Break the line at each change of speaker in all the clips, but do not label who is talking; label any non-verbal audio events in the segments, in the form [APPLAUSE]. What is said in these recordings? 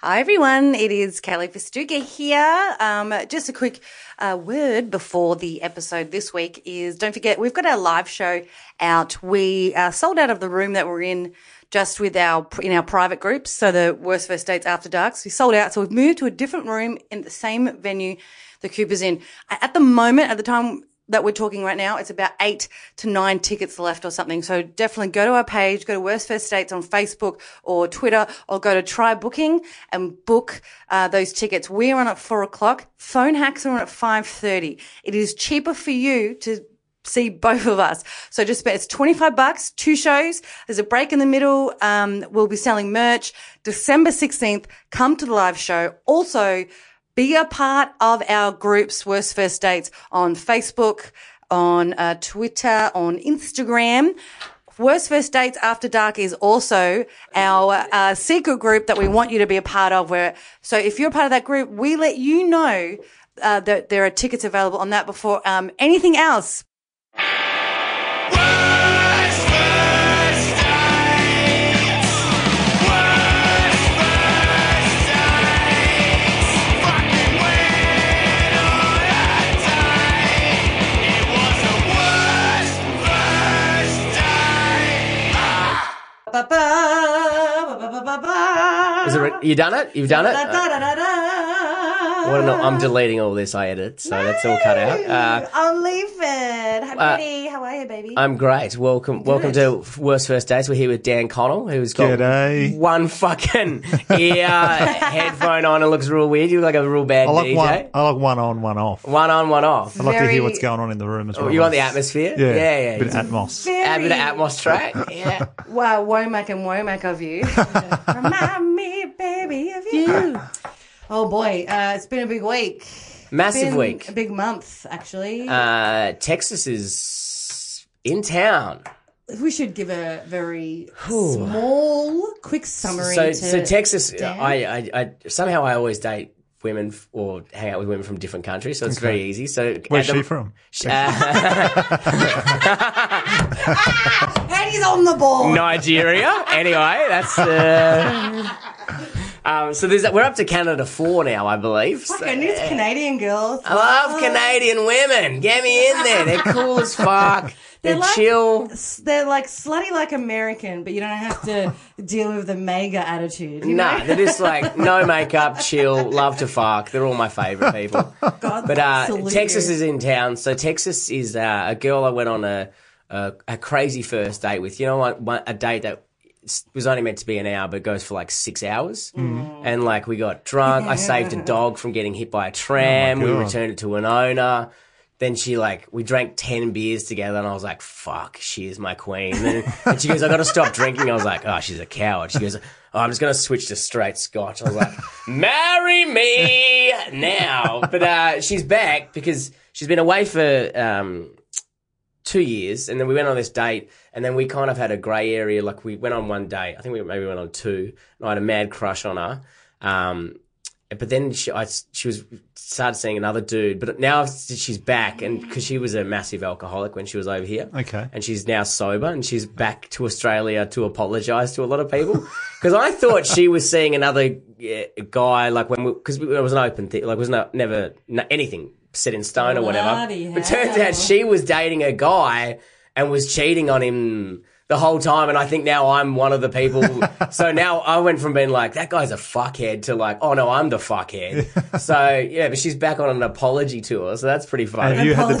Hi everyone, it is Kelly Fistuga here. Um, just a quick uh, word before the episode this week is don't forget we've got our live show out. We uh, sold out of the room that we're in just with our in our private groups, so the worst first dates after darks. We sold out, so we've moved to a different room in the same venue the Cooper's in. At the moment, at the time that we're talking right now, it's about eight to nine tickets left or something. So definitely go to our page, go to Worst First States on Facebook or Twitter, or go to Try Booking and book uh, those tickets. We are on at four o'clock. Phone hacks are on at five thirty. It is cheaper for you to see both of us. So just spend, it's 25 bucks, two shows. There's a break in the middle. Um, we'll be selling merch. December 16th, come to the live show. Also, be a part of our groups, Worst First Dates, on Facebook, on uh, Twitter, on Instagram. Worst First Dates After Dark is also our uh, secret group that we want you to be a part of. Where so if you're a part of that group, we let you know uh, that there are tickets available on that before um, anything else.
Is it, re- you done it? You've done it? Uh, well, no, I'm deleting all this. I edit, so that's all cut out. Uh,
I'm leaving. Hi, Betty. How are you, baby?
I'm great. Welcome, welcome to Worst First Days. We're here with Dan Connell, who's got
G'day.
one fucking
[LAUGHS]
ear headphone on and looks real weird. You look like a real bad
I like
DJ.
one. I like one on, one off. I
One on, one off.
like to
Very-
hear what's going on in the room as well.
Oh, You want the atmosphere?
Yeah,
yeah. yeah.
bit of atmos.
Add a bit of Atmos track.
[LAUGHS]
Yeah.
Wow, Womack and Womack of you. Remind me, baby, of you. [LAUGHS] Oh boy, uh, it's been a big week.
Massive
Been
week.
A big month, actually.
Uh, Texas is in town.
we should give a very small, quick summary.
So,
to
so Texas,
Dan?
I, I, I somehow I always date women f- or hang out with women from different countries, so it's very easy. So
Where's
at the-
she from?
And he's on the ball.
[LAUGHS]
Nigeria. anyway, that's. Uh, um, so there's, we're up to Canada four now, I believe. So-
Fucking it's Canadian girls.
I love Canadian women. Get me in there. They're cool as fuck. They're,
like-
chill.
They're like slutty like American, but you don't have
[LAUGHS]
to deal with the mega attitude. You
Nah,
know?
they're just like no makeup, chill, love to fuck. They're all my favorite people.
God,
But uh,
salute
Texas
you.
is in town, so Texas is uh, a girl I went on a, a a crazy first date with. You know what? One, a date that s- was only meant to be an hour, but goes for like six hours. And like we got drunk. I saved a dog from getting hit by a tram. we
God.
returned it to an owner. Then she like we drank ten beers together, and I was like, "Fuck, she is my queen." And, then, and she goes, "I got to stop drinking." I was like, "Oh, she's a coward." She goes, oh, "I'm just gonna switch to straight scotch." I was like, "Marry me [LAUGHS] now," but uh, she's back because she's been away for um, two years, and then we went on this date, and then we kind of had a grey area. Like we went on one date, I think we maybe went on two, and I had a mad crush on her. Um, but then she, I, she was started seeing another dude. But now she's back, and because she was a massive alcoholic when she was over here,
Okay.
and she's now sober, and she's back to Australia to apologise to a lot of people. [LAUGHS] Because I thought she was seeing another yeah, guy, like when because it was an open thing, like it was no, never no, anything set in stone or whatever.
Bloody
But turns
hell.
out she was dating a guy and was cheating on him the whole time. And I think now I'm one of the
[LAUGHS]
people. so now I went from being like, that guy's a fuckhead to like, oh no, I'm the
[LAUGHS]
fuckhead. so yeah, but she's back on an apology tour. So that's pretty
Have
fun.
you had the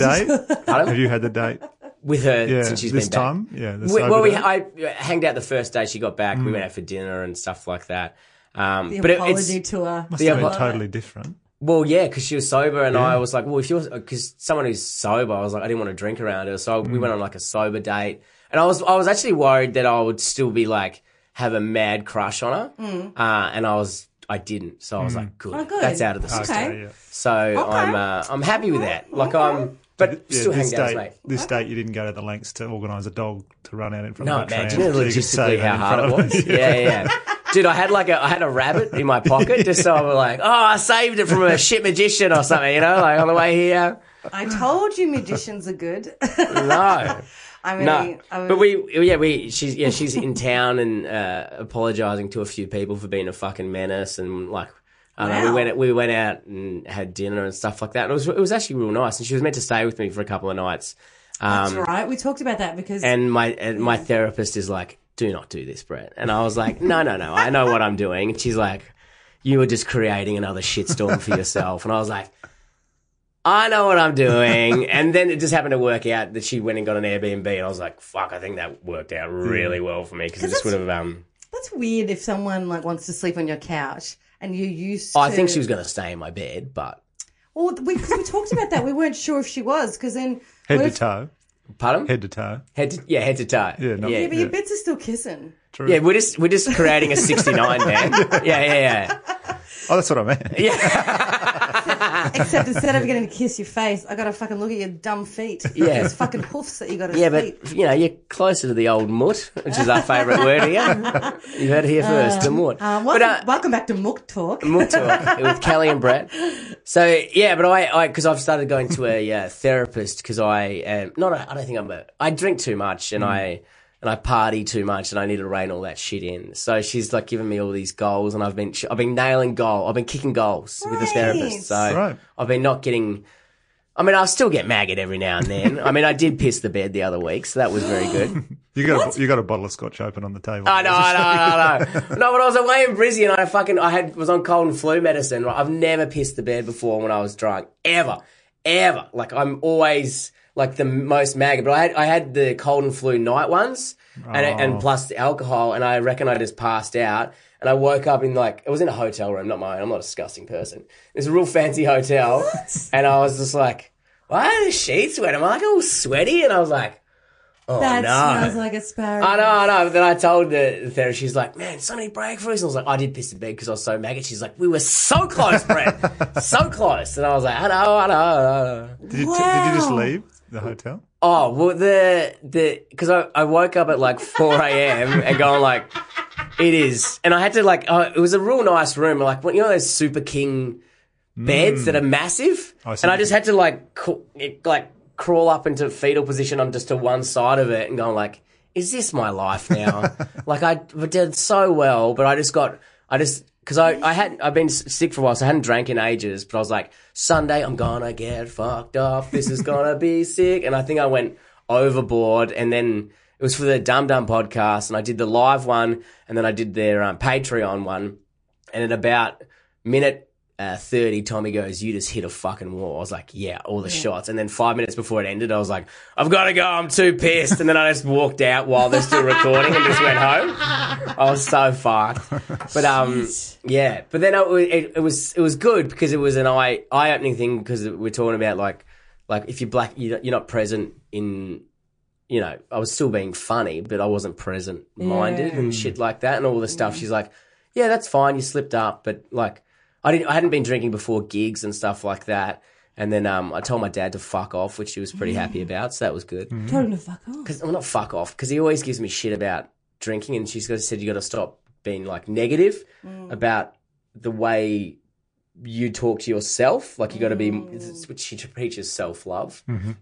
[LAUGHS]
date?
Pardon?
Have you had the date?
With her
Yeah,
since she's
this Mm.
been back.
time. Yeah. The
We,
sober
well, we,
date?
I uh, hanged out the first day she got back. We went out for dinner and stuff like that. Um,
The
but it, it's,
apology tour.
Must have
yeah,
been
but-
totally different.
Well, yeah, because she was sober, and I was like, well, if you're because someone who's sober, I was like, I didn't want to drink around her, so
Mm.
we went on like a sober date, and I was I was actually worried that I would still be like have a mad crush on her, uh, and I was I didn't, so I
Mm.
was like, good,
Mm. Oh, good.
that's out of the system.
Okay.
Yeah, yeah.
So I'm uh, I'm happy with that. Like I'm, but
Yeah,
still
this
hanging out, with
date,
mate.
this date, you didn't go to the lengths to organise a dog to run out in front
No,
of a
man,
tram.
do you know
so you could
logistically
save
how
in
hard it
front of [LAUGHS]
was? yeah, yeah. Dude, I had like a I had a rabbit in my pocket just so I was like, oh, I saved it from a shit magician or something, you know, like on the way here.
[LAUGHS]
I told you magicians are good.
No.
[LAUGHS] I
I really,
No,
I
but we, yeah, we, she's, yeah, she's in town and uh, apologizing to a few people for being a fucking menace and like, I don't know,
Wow.
we went, we went out and had dinner and stuff like that. And it was, it was actually real nice. And she was meant to stay with me for a couple of nights.
That's right. We talked about that because
And my, and my therapist is like, do not do this, Brett. And I was like, no, no, no, I know what I'm doing. And she's like, you were just creating another shitstorm for yourself. And I was like, I know what I'm doing. and then it just happened to work out that she went and got an Airbnb. And I was like, fuck, I think that worked out really well for me because it just would have. Um,
that's weird if someone like wants to sleep on your couch and you used
oh,
to
I think she was going to stay in my bed, but
Well, we, 'cause we talked about that. We weren't sure if she was because then
Head
what
to
if-
toe.
pardon? Head,
Head to toe.
to, yeah, head to toe.
Yeah, not-
Yeah,
yeah.
but your bits are still kissing.
True.
Yeah, we're just we're just creating a 69 man. Yeah, yeah,
Oh, that's what I meant.
yeah. Yeah.
Except instead of getting to kiss your face, I got to fucking look at your dumb feet.
[LAUGHS] Yeah.
Those fucking hoofs that you got to
Yeah, but you know, you're closer to the old mut, which is our favourite word [LAUGHS] here. You heard it here first, the mut.
Um,
but
welcome,
uh, Oh,
welcome back to Mook Talk.
mut talk [LAUGHS] with Kelly and Brett. So yeah, but I, because I've started going to a uh, therapist because I am not. A, I don't think I'm a. I drink too much and I and I party too much and I need to rein all that shit in. So she's like giving me all these goals and I've been I've been nailing goal. I've been kicking goals with the therapist. So
Right.
I've been not getting. I mean, I'll still get maggot every now and then. I mean, I did piss the bed the other week, so that was very good.
You got a, you got a bottle of scotch open on the table.
I know, I know, I know. No, but I was away in Brisbane. I fucking, I had was on cold and flu medicine. Right? I've never pissed the bed before when I was drunk, ever, ever. Like I'm always like the most maggot. But I had, I had the cold and flu night ones, and and plus the alcohol, and I reckon I just passed out. And I woke up in like it was in a hotel room, not mine. I'm not a disgusting person. It's a real fancy hotel, and I was just like, why are the sheets wet? Am I like all sweaty? And I was like, oh
that
no.
smells like asparagus.
I know, I know. But then I told the therapist, she's like, man, so many breakthroughs. And I was like, I did piss the bed because I was so maggot. She's like, we were so close,
[LAUGHS]
Brett. so close. And I was like, I know, I know, I know.
Did you, t- did you just
Wow.
leave the hotel?
Oh, well, the, the, because I, I woke up at like 4 a.m. and going like, it is. And I had to like, oh, it was a real nice room. Like, you know, those Super King beds that are massive?
Mm. I see
and I
what
just
you-
had to like, ca- it- like crawl up into fetal position on just to one side of it and going like, is this my life now? like I did so well, but I just got, I just, cause I, I hadn't, I've been s- sick for a while, so I hadn't drank in ages, but I was like, Sunday, I'm gonna get fucked up. This is gonna be sick. And I think I went overboard and then it was for the Dum Dum podcast and I did the live one and then I did their um, Patreon one. And at about minute uh, 30, Tommy goes, You just hit a fucking wall. I was like, Yeah, all the shots. And then five minutes before it ended, I was like, I've got to go. I'm too pissed. And then I just walked out while they're still recording and just went home. I was so fucked. But, um, yeah. But then I, it, it was, it was good because it was an eye, eye opening thing because we're talking about like, like if you're black, you're you're not present in, you know, I was still being funny, but I wasn't present minded and shit like that and all the stuff. She's like, yeah, that's fine. You slipped up, but like, I didn't, I hadn't been drinking before gigs and stuff like that. And then um, I told my dad to fuck off, which he was pretty happy about, so that was good.
Told him to fuck off.
Because well, not fuck off, because he always gives me shit about drinking, and she's got said you got to stop being like negative about the way you talk to yourself. Like you got to be, it's- which she preaches self love, and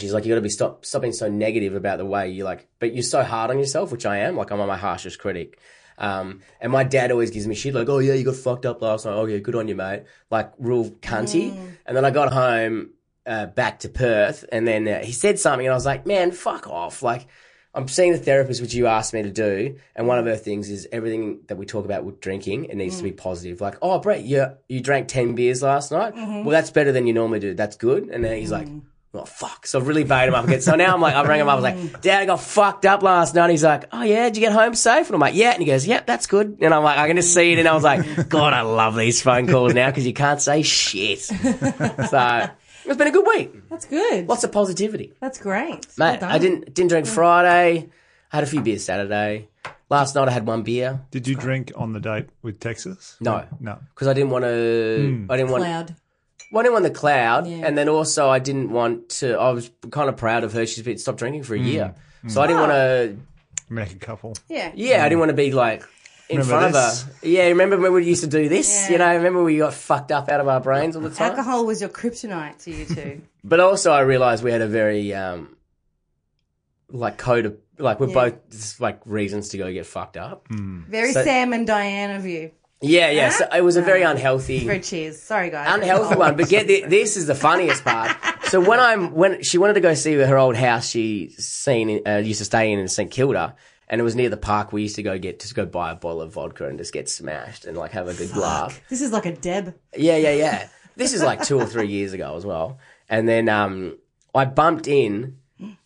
she's like you got to be stop stop being so negative about the way you like. But you're so hard on yourself, which I am. Like I'm my harshest critic. Um, and my dad always gives me shit like, "Oh yeah, you got fucked up last night. Oh yeah, good on you, mate." Like real cunty. And then I got home uh, back to Perth, and then uh, he said something, and I was like, "Man, fuck off!" Like, I'm seeing the therapist, which you asked me to do, and one of her things is everything that we talk about with drinking, it needs to be positive. Like, "Oh, Brett, you you drank ten beers last night. Well, that's better than you normally do. That's good." And then he's like. Oh fuck! So I really baited him up again. So now I'm like, I rang him up. I was like, "Dad, I got fucked up last night." He's like, "Oh yeah, did you get home safe?" And I'm like, "Yeah." And he goes, "Yep, that's good." And I'm like, I can just see it. And I was like, "God, I love these phone calls now because you can't say shit." So it's been a good week.
That's good.
Lots of positivity.
That's great.
Mate, I didn't didn't drink Friday. I had a few beers Saturday. Last night I had one beer
Did you drink on the date with Texas?
No.
No.
because I didn't want to. I didn't want.
Cloud.
Well, I didn't want the cloud,
Yeah.
and then also I didn't want to. I was kind of proud of her. She's been stopped drinking for a year, so I didn't want to.
American couple.
Yeah.
Yeah, I didn't want to be like in
Remember
front
this?
of her. Yeah, remember when we used to do this? You know, remember we got fucked up out of our brains all the time.
Alcohol
[LAUGHS]
was your kryptonite to you two.
But also, I realised we had a very um, like code of like we're both just like reasons to go get fucked up.
Very
So-
Sam and Diane of you.
Yeah, yeah. So it was a very unhealthy
For cheers. Sorry, guys.
unhealthy one. But get thi- this is the funniest part. So when I'm when she wanted to go see her old house she seen in, uh, used to stay in in St Kilda, and it was near the park. We used to go get just go buy a bottle of vodka and just get smashed and like have a good laugh.
This is like a Deb.
Yeah, yeah, yeah. This is like two or three years ago as well. And then um, I bumped in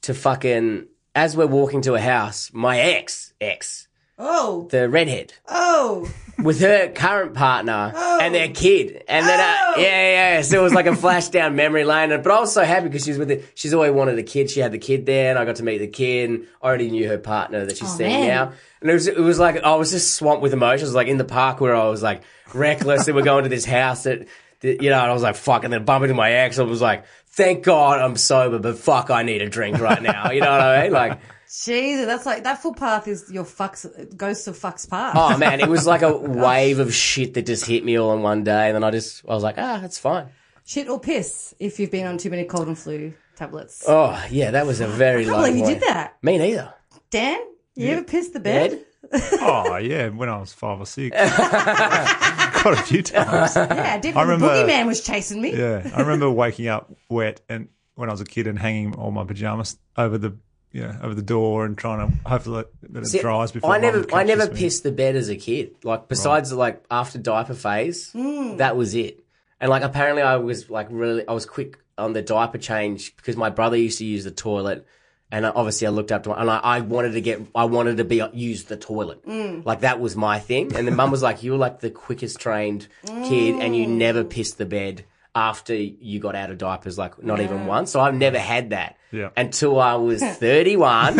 to fucking as we're walking to a house, my ex ex
Oh,
the redhead
oh.
with her current partner and their kid. And then, uh,
Oh.
yeah, yeah, yeah. So it was like a flash down memory lane. And- But I was so happy because she was with it. She's always wanted a kid. She had the kid there and I got to meet the kid and I already knew her partner that she's
Oh,
seeing
man.
now. And it was, it was like, I was just swamped with emotions, like in the park where I was like reckless and we're going to this house that, that you know, and I was like, fuck, and then bumping into my ex. I was like, thank God I'm sober, but fuck, I need a drink right now. You know what I mean? Like,
Jesus, that's like, that footpath is your fucks, it goes to fucks path.
Oh man, it was
[LAUGHS]
like a wave of shit that just hit me all in one day, and then I just I was like, ah, that's fine.
Shit or piss if you've been on too many cold and flu tablets.
Oh yeah, that was a very
I
low.
can't believe you
point.
did that.
Me neither.
Dan, you ever pissed the bed?
Ed?
Oh yeah, when I was five or
[LAUGHS]
six, quite a few times.
[LAUGHS] Yeah, I did.
I
when the
remember-
boogeyman was chasing me.
Yeah, I remember waking up wet and when I was a kid and hanging all my pajamas over the yeah over the door and trying to hopefully that it
See,
dries before.
I
Mum
never I
catches
never
me.
pissed the bed as a kid. Like besides like after diaper phase, that was it. And like apparently I was like really I was quick on the diaper change because my brother used to use the toilet. And I, obviously, I looked up to and I, I wanted to get, I wanted to be uh, use the toilet, like that was my thing. And then mum was like, "You were like the quickest trained kid, and you never pissed the bed after you got out of diapers, like not even once." So I've never had that
Yeah.
until I was thirty-one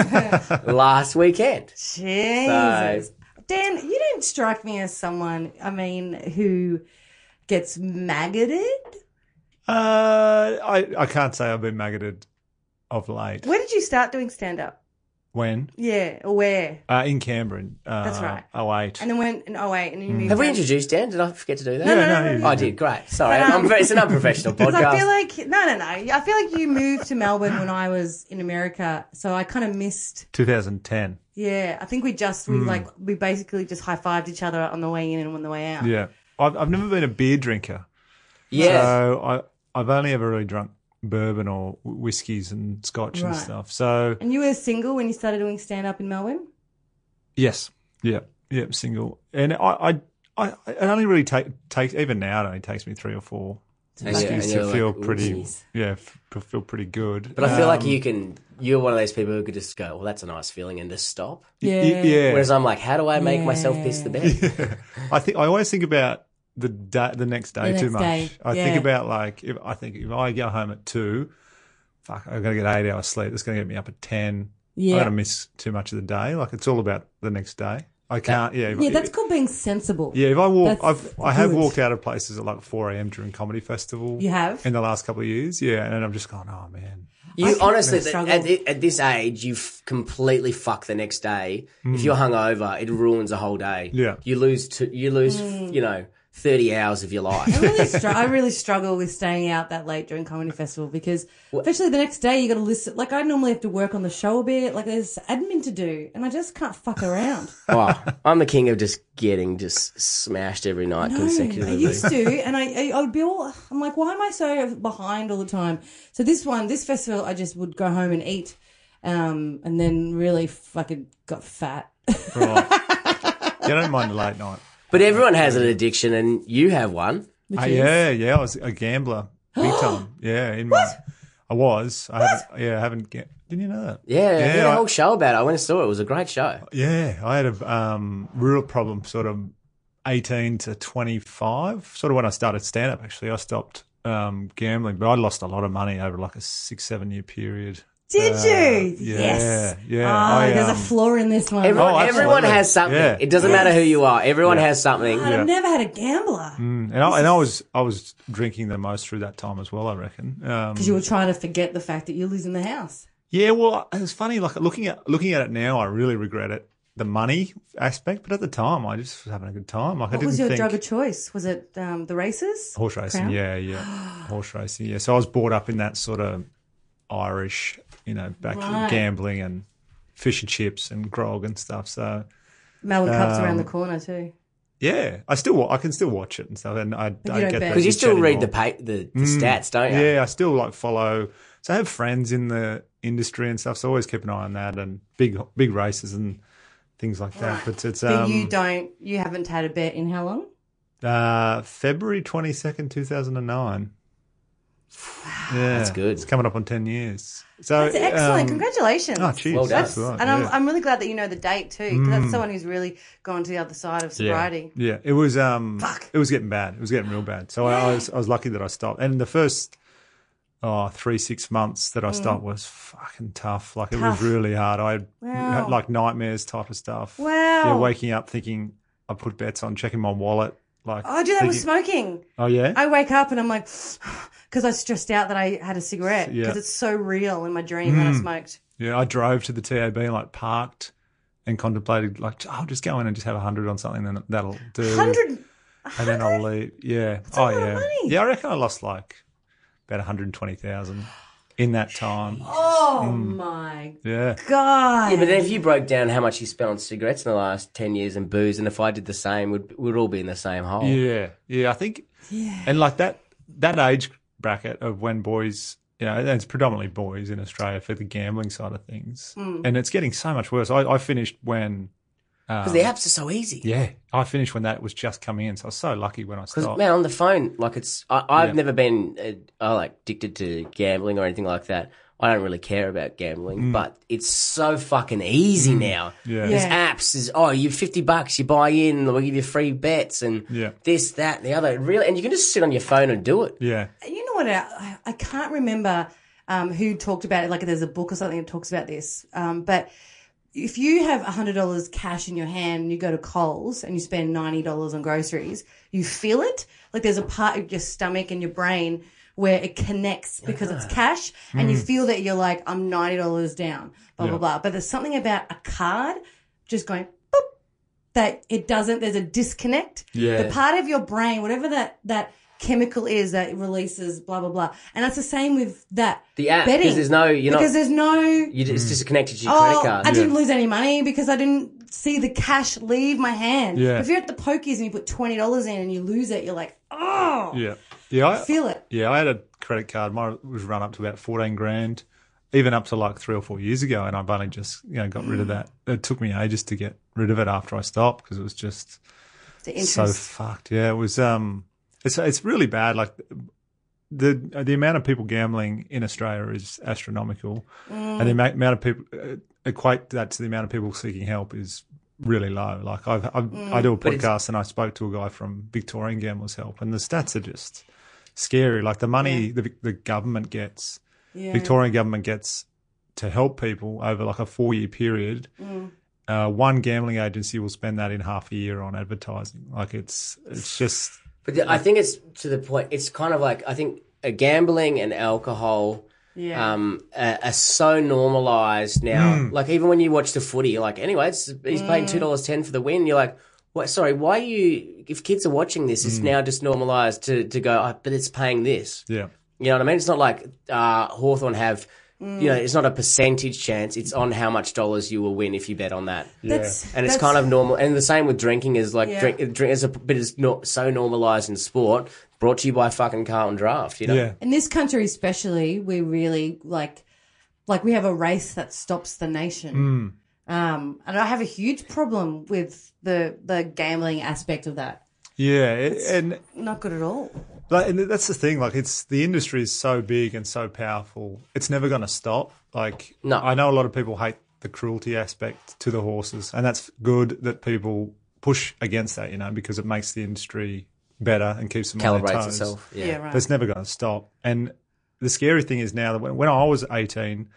last weekend.
Jesus. Dan, you don't strike me as someone, I mean, who gets maggoted.
Uh, I I can't say I've been maggoted of late.
Where did you start doing stand up?
When
Yeah, or where?
uh, in Canberra, in, uh,
That's right.
Oh eight.
And then went in 08 and then you moved
Have we
on.
introduced Dan? Did I forget to do that?
Yeah, no, no, no.
I did. Great. Sorry,
But, um,
I'm very, it's an
[LAUGHS]
unprofessional
'Cause I feel
podcast.
like no, no, no. I feel like you moved to Melbourne when I was in America, so I kind of missed.
2010.
Yeah, I think we just we like we basically just high fived each other on the way in and on the way out.
Yeah, I've I've never been a beer drinker.
Yeah,
So I I've only ever really drunk bourbon or whiskies and scotch and
Right.
stuff. So
And you were single when you started doing stand up in Melbourne.
yes, yeah, yeah, single. And I I, I it only really take takes even now it only takes me three or four
And you-
whiskies
and
to
you're
feel
like,
pretty.
"Ooh."
Yeah, f- f- feel pretty good.
but I feel
um,
like you can. You're one of those people who could just go, "Well, that's a nice feeling," and just stop.
Y-
Yeah.
yeah.
Whereas I'm like, "How do I make myself piss the bed?"
[LAUGHS] I think I always think about the day, the next day
The
too
next
much.
day,
I
yeah.
think about like if I think if I go home at two, fuck, I'm gonna get eight hours sleep. It's gonna get me up at ten. I'm gonna miss too much of the day. Like it's all about the next day. I can't. Yeah, if-
yeah, that's called being sensible.
yeah. If I walk,
that's
I've I have
good.
walked out of places at like four a.m. during comedy festival.
You have?
in the last couple of years. Yeah, and I'm just going, oh man.
You
can
honestly,
really
th-
struggle.
at, thi- at this age, you f- completely fuck the next day. If you're hungover, it ruins the whole day.
Mm. Yeah.
you lose two, you lose,
Mm.
you know, thirty hours of your
I [LAUGHS]
life.
really, str- I really struggle with staying out that late during comedy festival because, especially the next day, you got to listen. Like I normally have to work on the show a bit. Like there's admin to do, and I just can't fuck around.
oh, I'm the king of just getting just smashed every night
I
consecutively.
used to, and I, I, I would be all, I'm like, why am I so behind all the time? So this one, this festival, I just would go home and eat, um, and then really fucking got fat. [LAUGHS]
Right. you don't mind the late night.
But everyone has an addiction, and you have one.
Which
Uh,
is-
yeah, yeah, I was a gambler, big time.
[GASPS]
Yeah, in my, I was. I haven't. Yeah, I haven't. Ga- Didn't you know that?
Yeah, yeah.
yeah.
He had a
I, Oh,
whole show about it. I went and saw it. It was a great show.
yeah, I had a um, real problem, sort of eighteen to twenty-five, sort of when I started stand-up. Actually, I stopped um, gambling, but I lost a lot of money over like a six, seven-year period.
Did
Uh,
you?
yeah,
yes.
yeah,
Ah,
I,
there's a
um,
flaw in this one.
Everyone,
Oh, absolutely.
everyone has something.
Yeah.
It doesn't matter who you are. Everyone has something.
God,
yeah.
I've never had a gambler
Mm, and I and I was I was drinking the most through that time as well. I reckon. Um,
because you were trying to forget the fact that you're losing the house.
Yeah, well, it was funny. Like looking at looking at it now, I really regret it. The money aspect, but at the time, I just was having a good time. Like I
What
didn't
was your
think Oh,
drug of choice? Was it um, the races?
horse racing.
Crown?
Yeah, yeah, horse racing. Yeah, so I was brought up in that sort of Irish, you know, back
Right.
gambling and fish and chips and grog and stuff. So
Melbourne Cup's around
Um,
the corner too.
yeah, I still wa- I can still watch it and stuff, and I don't
don't bet.
get that
Because
Because you
itch
still read
anymore.
the pa- the, the stats, don't you?
Mm. Yeah, I still like follow. So I have friends in the industry and stuff. So I always keep an eye on that and big big races and things like that. But it's
But
um,
you don't. You haven't had a bet in how long?
uh, February twenty second, two thousand and nine. Yeah,
That's good.
It's coming up on ten years. So
That's excellent.
um,
Congratulations.
Oh, cheers.
Well done.
That's right,
And I'm,
yeah. Mm.
I'm really glad that you know the date too, because that's someone who's really gone to the other side of sobriety.
Yeah, it was um, it was getting bad. It was getting real bad. So I, I was I was lucky that I stopped. And the first oh three six months that I stopped was fucking tough. Like it
Mm. Tough.
was really hard. I had,
Wow.
like nightmares type of stuff. Yeah,
Wow.
waking up thinking I put bets on, checking my wallet. Like
Oh, I do that with
thinking-
smoking.
Oh yeah,
I wake up and I'm like, [SIGHS] because I stressed out that I had a cigarette
Yeah. Mm.
because it's so real in my dream that I smoked.
yeah. I drove to the TAB and like parked. And contemplated like I'll just go in and just have a hundred on something and that'll do.
Hundred.
and then I'll leave. Yeah.
a
oh
lot of
yeah.
money.
Yeah, I reckon I lost like about one hundred twenty thousand in that time.
Oh
Mm.
my
Yeah.
god.
Yeah, but then if you broke down how much you spent on cigarettes in the last ten years and booze, and if I did the same, we'd we'd all be in the same hole.
Yeah. Yeah. I think. Yeah. And like that that age bracket of when boys. You know, and it's predominantly boys in Australia for the gambling side of things,
Mm.
and it's getting so much worse. I, I finished when,
Because the apps are so easy.
yeah, I finished when that was just coming in. So I was so lucky when I
Because
stopped.
man, on the phone, like it's I, I've
Oh. Yeah.
never been uh, uh, like addicted to gambling or anything like that. I don't really care about gambling, but it's so fucking easy now.
Mm. Yeah.
There's
Yeah.
apps. There's oh, you fifty bucks, you buy in, we'll give you free bets and
Yeah.
this, that, and the other. It Really, and you can just sit on your phone and do it.
yeah,
you know what? uh, I, I can't remember um, who talked about it. Like, there's a book or something that talks about this. Um, but if you have $100 cash in your hand and you go to Coles and you spend $90 on groceries, you feel it. Like, there's a part of your stomach and your brain where it connects because it's cash and
Hmm.
you feel that you're like, I'm $90 down, blah, blah,
Yeah.
blah. But there's something about a card just going, boop, that it doesn't there's a disconnect
Yeah.
the part of your brain whatever that that chemical is that it releases blah blah blah and that's the same with that
The app
betting
because there's no you're
because
not
there's no
you, it's just connected to your
oh
credit card.
i didn't lose any money because i didn't see the cash leave my hand
Yeah.
if you're at the pokies and you put $20 in and you lose it you're like oh
yeah, yeah. I,
feel it
Yeah, I had a credit card. Mine was run up to about fourteen grand, even up to like three or four years ago, and I've only just you know got rid of that. It took me ages to get rid of it after I stopped because it was just
the
so
interest
fucked. Yeah, it was. Um, it's it's really bad. Like the the amount of people gambling in Australia is astronomical, and the ama- amount of people uh, equate that to the amount of people seeking help is really low. Like I've, I've I do a
But it's-
podcast and I spoke to a guy from Victorian Gamblers Help, and the stats are just scary. Like the money the the government gets,
yeah.
Victorian government gets to help people over like a four year period. Uh, one gambling agency will spend that in half a year on advertising. Like it's it's just
But the, I think it's to the point. It's kind of like I think uh, gambling and alcohol.
Yeah.
Um, are, are so normalized now. Like even when you watch the footy, you're like, anyway, it's, he's paying two dollars ten for the win. You're like, what? Sorry, why are you? If kids are watching this, it's now just normalized to to go. Oh, but it's paying this.
yeah.
You know what I mean? It's not like uh, Hawthorne have. You know, it's not a percentage chance. It's on how much dollars you will win if you bet on that.
that's
And it's
that's-
kind of normal. And the same with drinking is like
Yeah.
drink, drink is a bit is not so normalized in sport. Brought to you by fucking Carlton Draft. You know,
Yeah.
in this country especially we really like like we have a race that stops the
Hmm.
nation um and i have a huge problem with the the gambling aspect of that
Yeah, it, and
not good at all
like, and that's the thing. Like, it's the industry is so big and so powerful. It's never going to stop. Like,
No.
I know a lot of people hate the cruelty aspect to the horses, and that's good that people push against that. You know, because it makes the industry better and keeps them on their
calibrates
toes.
itself. Yeah.
yeah, right
That's never going to stop. And the scary thing is now that when, when I was 18,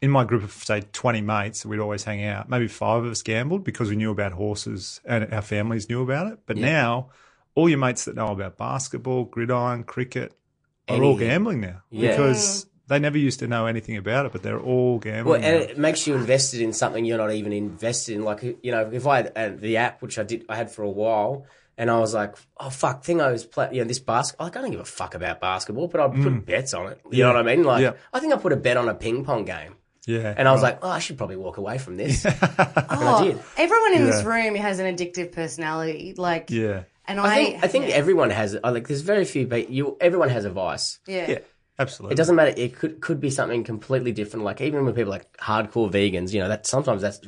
in my group of say 20 mates, we'd always hang out. Maybe five of us gambled because we knew about horses and our families knew about it. But now, all your mates that know about basketball, gridiron, cricket are all
Anything.
gambling now
Yeah.
because they never used to know anything about it, but they're all
Well,
gambling.
and
now.
it makes you invested in something you're not even invested in. Like you know, if I had uh, the app, which I did, I had for a while, and I was like, oh fuck, thing I was playing, you know, this basket. Like I don't give a Mm. fuck about basketball, but I put bets on it. You know what I mean? Like
Yeah.
I think I put a bet on a ping pong game.
Yeah,
And I was
right.
like, oh, I should probably walk away from this. [LAUGHS] And I
Oh,
did.
everyone in this
Yeah.
room has an addictive personality. Like,
yeah,
and
I
I,
think, I think everyone has, I like, there's very few, but you, everyone has a vice.
yeah.
yeah, absolutely.
It doesn't matter. It could, could be something completely different. Like even when people are like hardcore vegans, you know, that sometimes that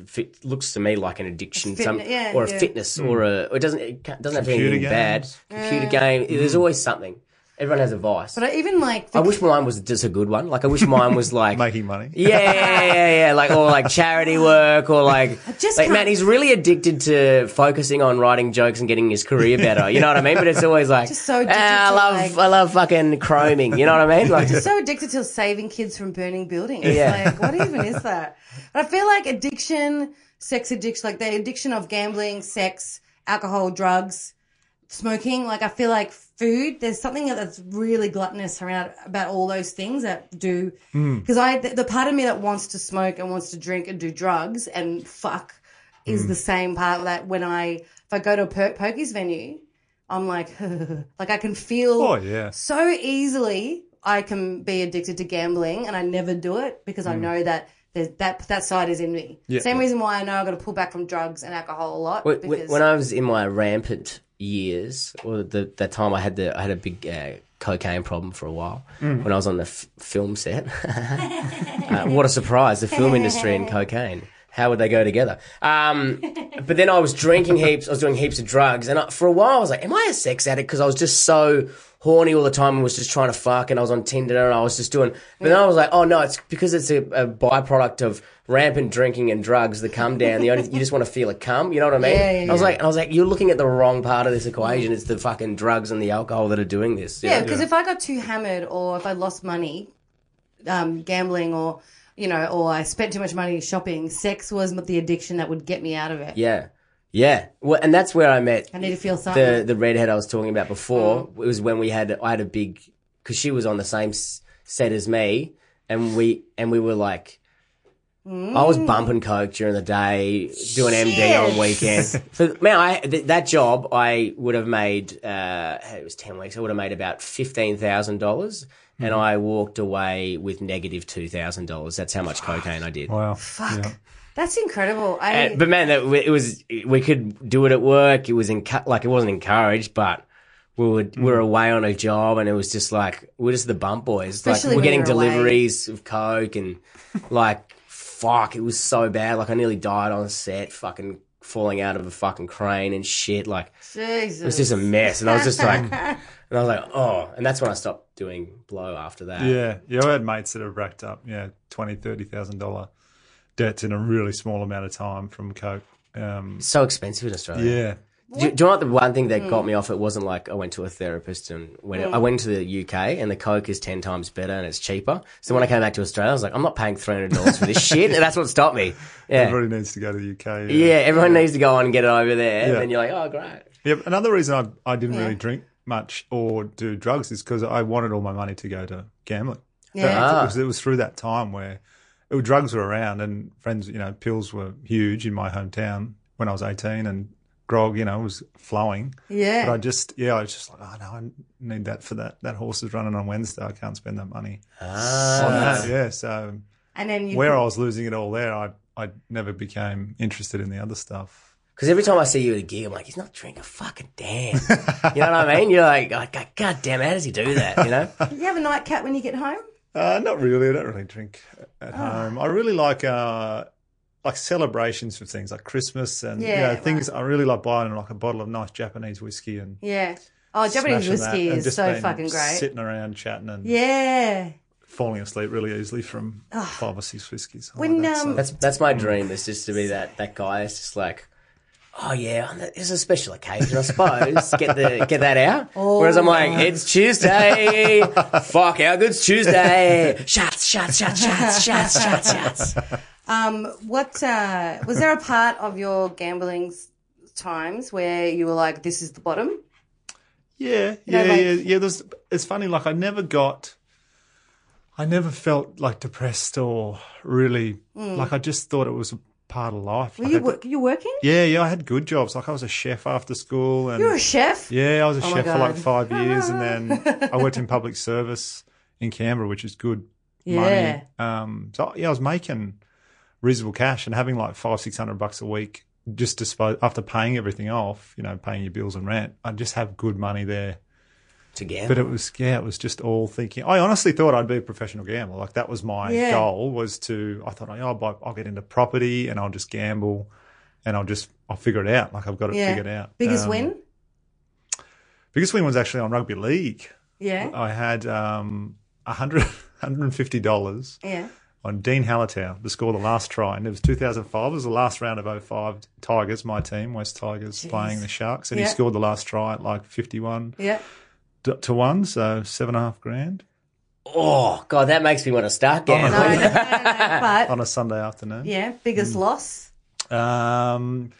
looks to me like an addiction,
Fitne-
some,
yeah,
or a
yeah.
fitness, or a, or it doesn't, it ca- doesn't have to be
Mm. Computer
anything bad.
games. Mm.
Computer game. There's always something. Everyone has a vice.
But I even like
I
the
wish mine was just a good one. Like I wish mine
[LAUGHS]
was like
Making money.
Yeah, yeah, yeah, yeah, yeah. Like or like charity work or like.
just
like,
can't-
man, he's really addicted to focusing on writing jokes and getting his career better. You know what I mean? But it's always like,
Just so addicted
"Ah, I
to,
love,
like-
I love fucking chroming. You know what I mean? Like,
so addicted to saving kids from burning buildings.
Yeah.
Like,
[LAUGHS]
what even is that? But I feel like addiction, sex addiction, like the addiction of gambling, sex, alcohol, drugs, smoking. Like, I feel like food, there's something that's really gluttonous around about all those things that do.
Hmm.
Because I, the, the part of me that wants to smoke and wants to drink and do drugs and fuck
Hmm.
is the same part that when I, if I go to a per- pokies venue, I'm like, [LAUGHS] like I can feel
Oh yeah,
so easily I can be addicted to gambling and I never do it because I know that there's that that side is in me.
Yeah.
Same reason why I know I've got to pull back from drugs and alcohol a lot
When-
because
when, when I was in my rampant years, or the that time I had the I had a big uh, cocaine problem for a while when I was on the f- film set. [LAUGHS] Uh, what a surprise! The film industry and cocaine. How would they go together? Um, but then I was drinking heaps. I was doing heaps of drugs, and I, for a while I was like, "Am I a sex addict?" Because I was just so horny all the time and was just trying to fuck, and I was on Tinder and I was just doing. But then I was like, "Oh no, it's because it's a, a byproduct of rampant drinking and drugs. The come down. The only you just want to feel a cum. You know what I mean?"
Yeah, yeah,
I was
yeah.
like, "I was like, you're looking at the wrong part of this equation. It's the fucking drugs and the alcohol that are doing this." you
yeah,
know?
because if I got too hammered or if I lost money um, gambling or you know or I spent too much money shopping, sex was the addiction that would get me out of it.
yeah, yeah. Well, and that's where I met.
I need to feel something. Mm.
the the redhead I was talking about before it was when we had I had a big because she was on the same s- set as me and we and we were like
Mm.
I was bumping coke during the day doing MD on
Shit. [LAUGHS]
weekends. so man, I th- that job I would have made uh, it was ten weeks. I would have made about fifteen thousand dollars.
Mm.
And I walked away with negative two thousand dollars. That's how much cocaine I did.
wow. Yeah.
That's incredible. I
And- Eh, but man, that, it was we could do it at work. It was encu- like it wasn't encouraged, but we were we
Mm.
were away on a job, and it was just like we're just the bump boys.
Especially
like we're
when
getting
you're away.
deliveries of coke
[LAUGHS]
and like fuck, it was so bad. Like I nearly died on set, fucking falling out of a fucking crane and shit. Like
Jesus.
it was just a mess, and
[LAUGHS]
I was just like, and I was like, oh, and that's when I stopped doing blow after that.
Yeah, yeah, I had mates that have racked up, yeah, twenty, thirty thousand dollar debts in a really small amount of time from coke. Um,
It's so expensive in Australia.
yeah,
Do, do you know what the one thing
Hmm.
that got me off? It wasn't like I went to a therapist and went. I went to the UK and the coke is ten times better and it's cheaper. So when I came back to Australia, I was like, I'm not paying three hundred dollars for
[LAUGHS]
this shit. And that's what stopped me. Yeah,
everybody needs to go to the UK.
yeah. Everyone needs to go on and get it over there. And
Yeah.
then you're like, oh great.
Yeah, but another reason I I didn't really drink much or do drugs is because I wanted all my money to go to gambling.
Yeah.
That-
Ah.
it, was, it was through that time where it, drugs were around and friends, you know, pills were huge in my hometown when I was eighteen, and grog, you know, was flowing.
yeah.
But I just, yeah, I was just like, oh no, I need that for that. That horse is running on Wednesday. I can't spend that money
Oh,
on that. Yeah, so
and then you
where I was losing it all there, I I never became interested in the other stuff.
Because every time I see you at a gig, I'm like, he's not drinking a fucking damn. you know what I mean? You're like, oh, God, God damn, how does he do that? You
[LAUGHS]
know?
you have a nightcap when you get home?
Uh, not really. I don't really drink at
Ah.
home. I really like uh, like celebrations for things like Christmas and
Yeah,
you know, things. I really like buying like a bottle of nice Japanese whiskey and
Yeah. Oh, Japanese
smashing that
whiskey
and
is
just
so
being-
fucking great.
Sitting around chatting and
Yeah.
falling asleep really easily from five or six whiskeys. I
When,
that, so-
um,
That's that's my dream. Is just to be that that guy. It's just like, oh yeah, on the- it's a special occasion, I suppose. get the get that out. Whereas I'm like, it's Tuesday. Fuck, how good's Tuesday? shots, shots, shots, shots, shots, shots, shots.
Um, what uh, was there a part of your gambling s- times where you were like, "This is the bottom"?
Yeah,
know,
yeah,
like-
yeah, yeah. There's, it's funny. Like I never got, I never felt like depressed or really like I just thought it was a part of life.
Were
Like,
Hmm. you
I-
wor- you working?
yeah, yeah. I had good jobs. Like I was a chef after school, and
You're a chef.
yeah, I was a
my
chef for like
God. [LAUGHS]
five years, and then I worked in public service in Canberra, which is good
Yeah.
money. Um, so yeah, I was making reasonable cash and having like five, six hundred bucks a week just dispose after paying everything off. You know, paying your bills and rent. I just have good money there.
together.
But it was yeah, it was just all thinking. I honestly thought I'd be a professional gambler. Like that was my
Yeah.
goal was to. I thought oh, I'll buy, I'll get into property and I'll just gamble, and I'll just I'll figure it out. Like I've got it
Yeah.
figured out.
Biggest
Um,
win?
Biggest win was actually on rugby league.
Yeah.
I had um, [LAUGHS] 100 $150
Yeah.
on Dean Hallertau to score the last try. And it was 2005. It was the last round of 05 Tigers, my team, West Tigers, playing the Sharks. And
Yeah.
he scored the last try at like 51 [LAUGHS]
Yeah.
d- to 1, so seven and a half grand
oh god, that makes me want to start
Oh,
gambling.
No, no, no, no, no. But
on a Sunday afternoon.
yeah,
Mm.
biggest loss.
Um,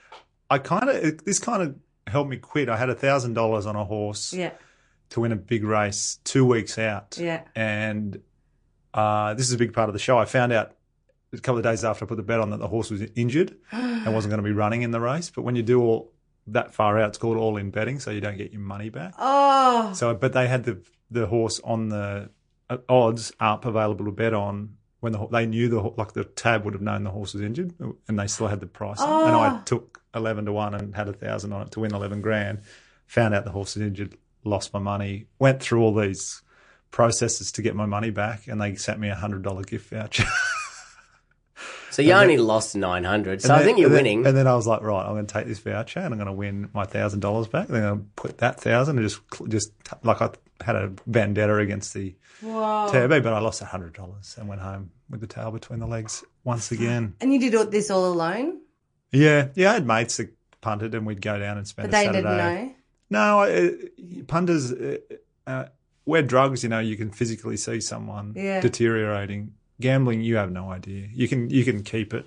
I kind of, this kind of helped me quit. I had $1,000 on a horse
Yeah.
to win a big race two weeks out.
Yeah.
and uh, this is a big part of the show. I found out a couple of days after I put the bet on that the horse was
[GASPS]
injured and wasn't going to be running in the race. But when you do all that far out, it's called all in betting, so you don't get your money back.
Oh.
So, but they had the the horse on the uh, odds up available to bet on when the ho- they knew the ho- like the tab would have known the horse was injured, and they still had the price. on. And I
Ah.
Oh.
took eleven to one and had a thousand on it to win eleven grand. Found out the horse was injured, lost my money. Went through all these processes to get my money back, and they sent me a hundred dollar gift voucher.
[LAUGHS] so you only lost nine hundred. So
[LAUGHS] And
I
then-
think you're
and then-
winning.
and then I was like, right, I'm going to take this voucher and I'm going to win my thousand dollars back. Then I'll put that thousand and just just like I had a vendetta against the
Whoa.
Turbo, but I lost hundred dollars and went home with the tail between the legs once again.
And you did all this all alone,
Yeah, yeah, I had mates that punted and we'd go down and spend
but
a
they
Saturday.
didn't know.
No, I, uh, punters, uh, uh, where drugs, you know, you can physically see someone
Yeah.
deteriorating. Gambling, you have no idea. You can you can keep it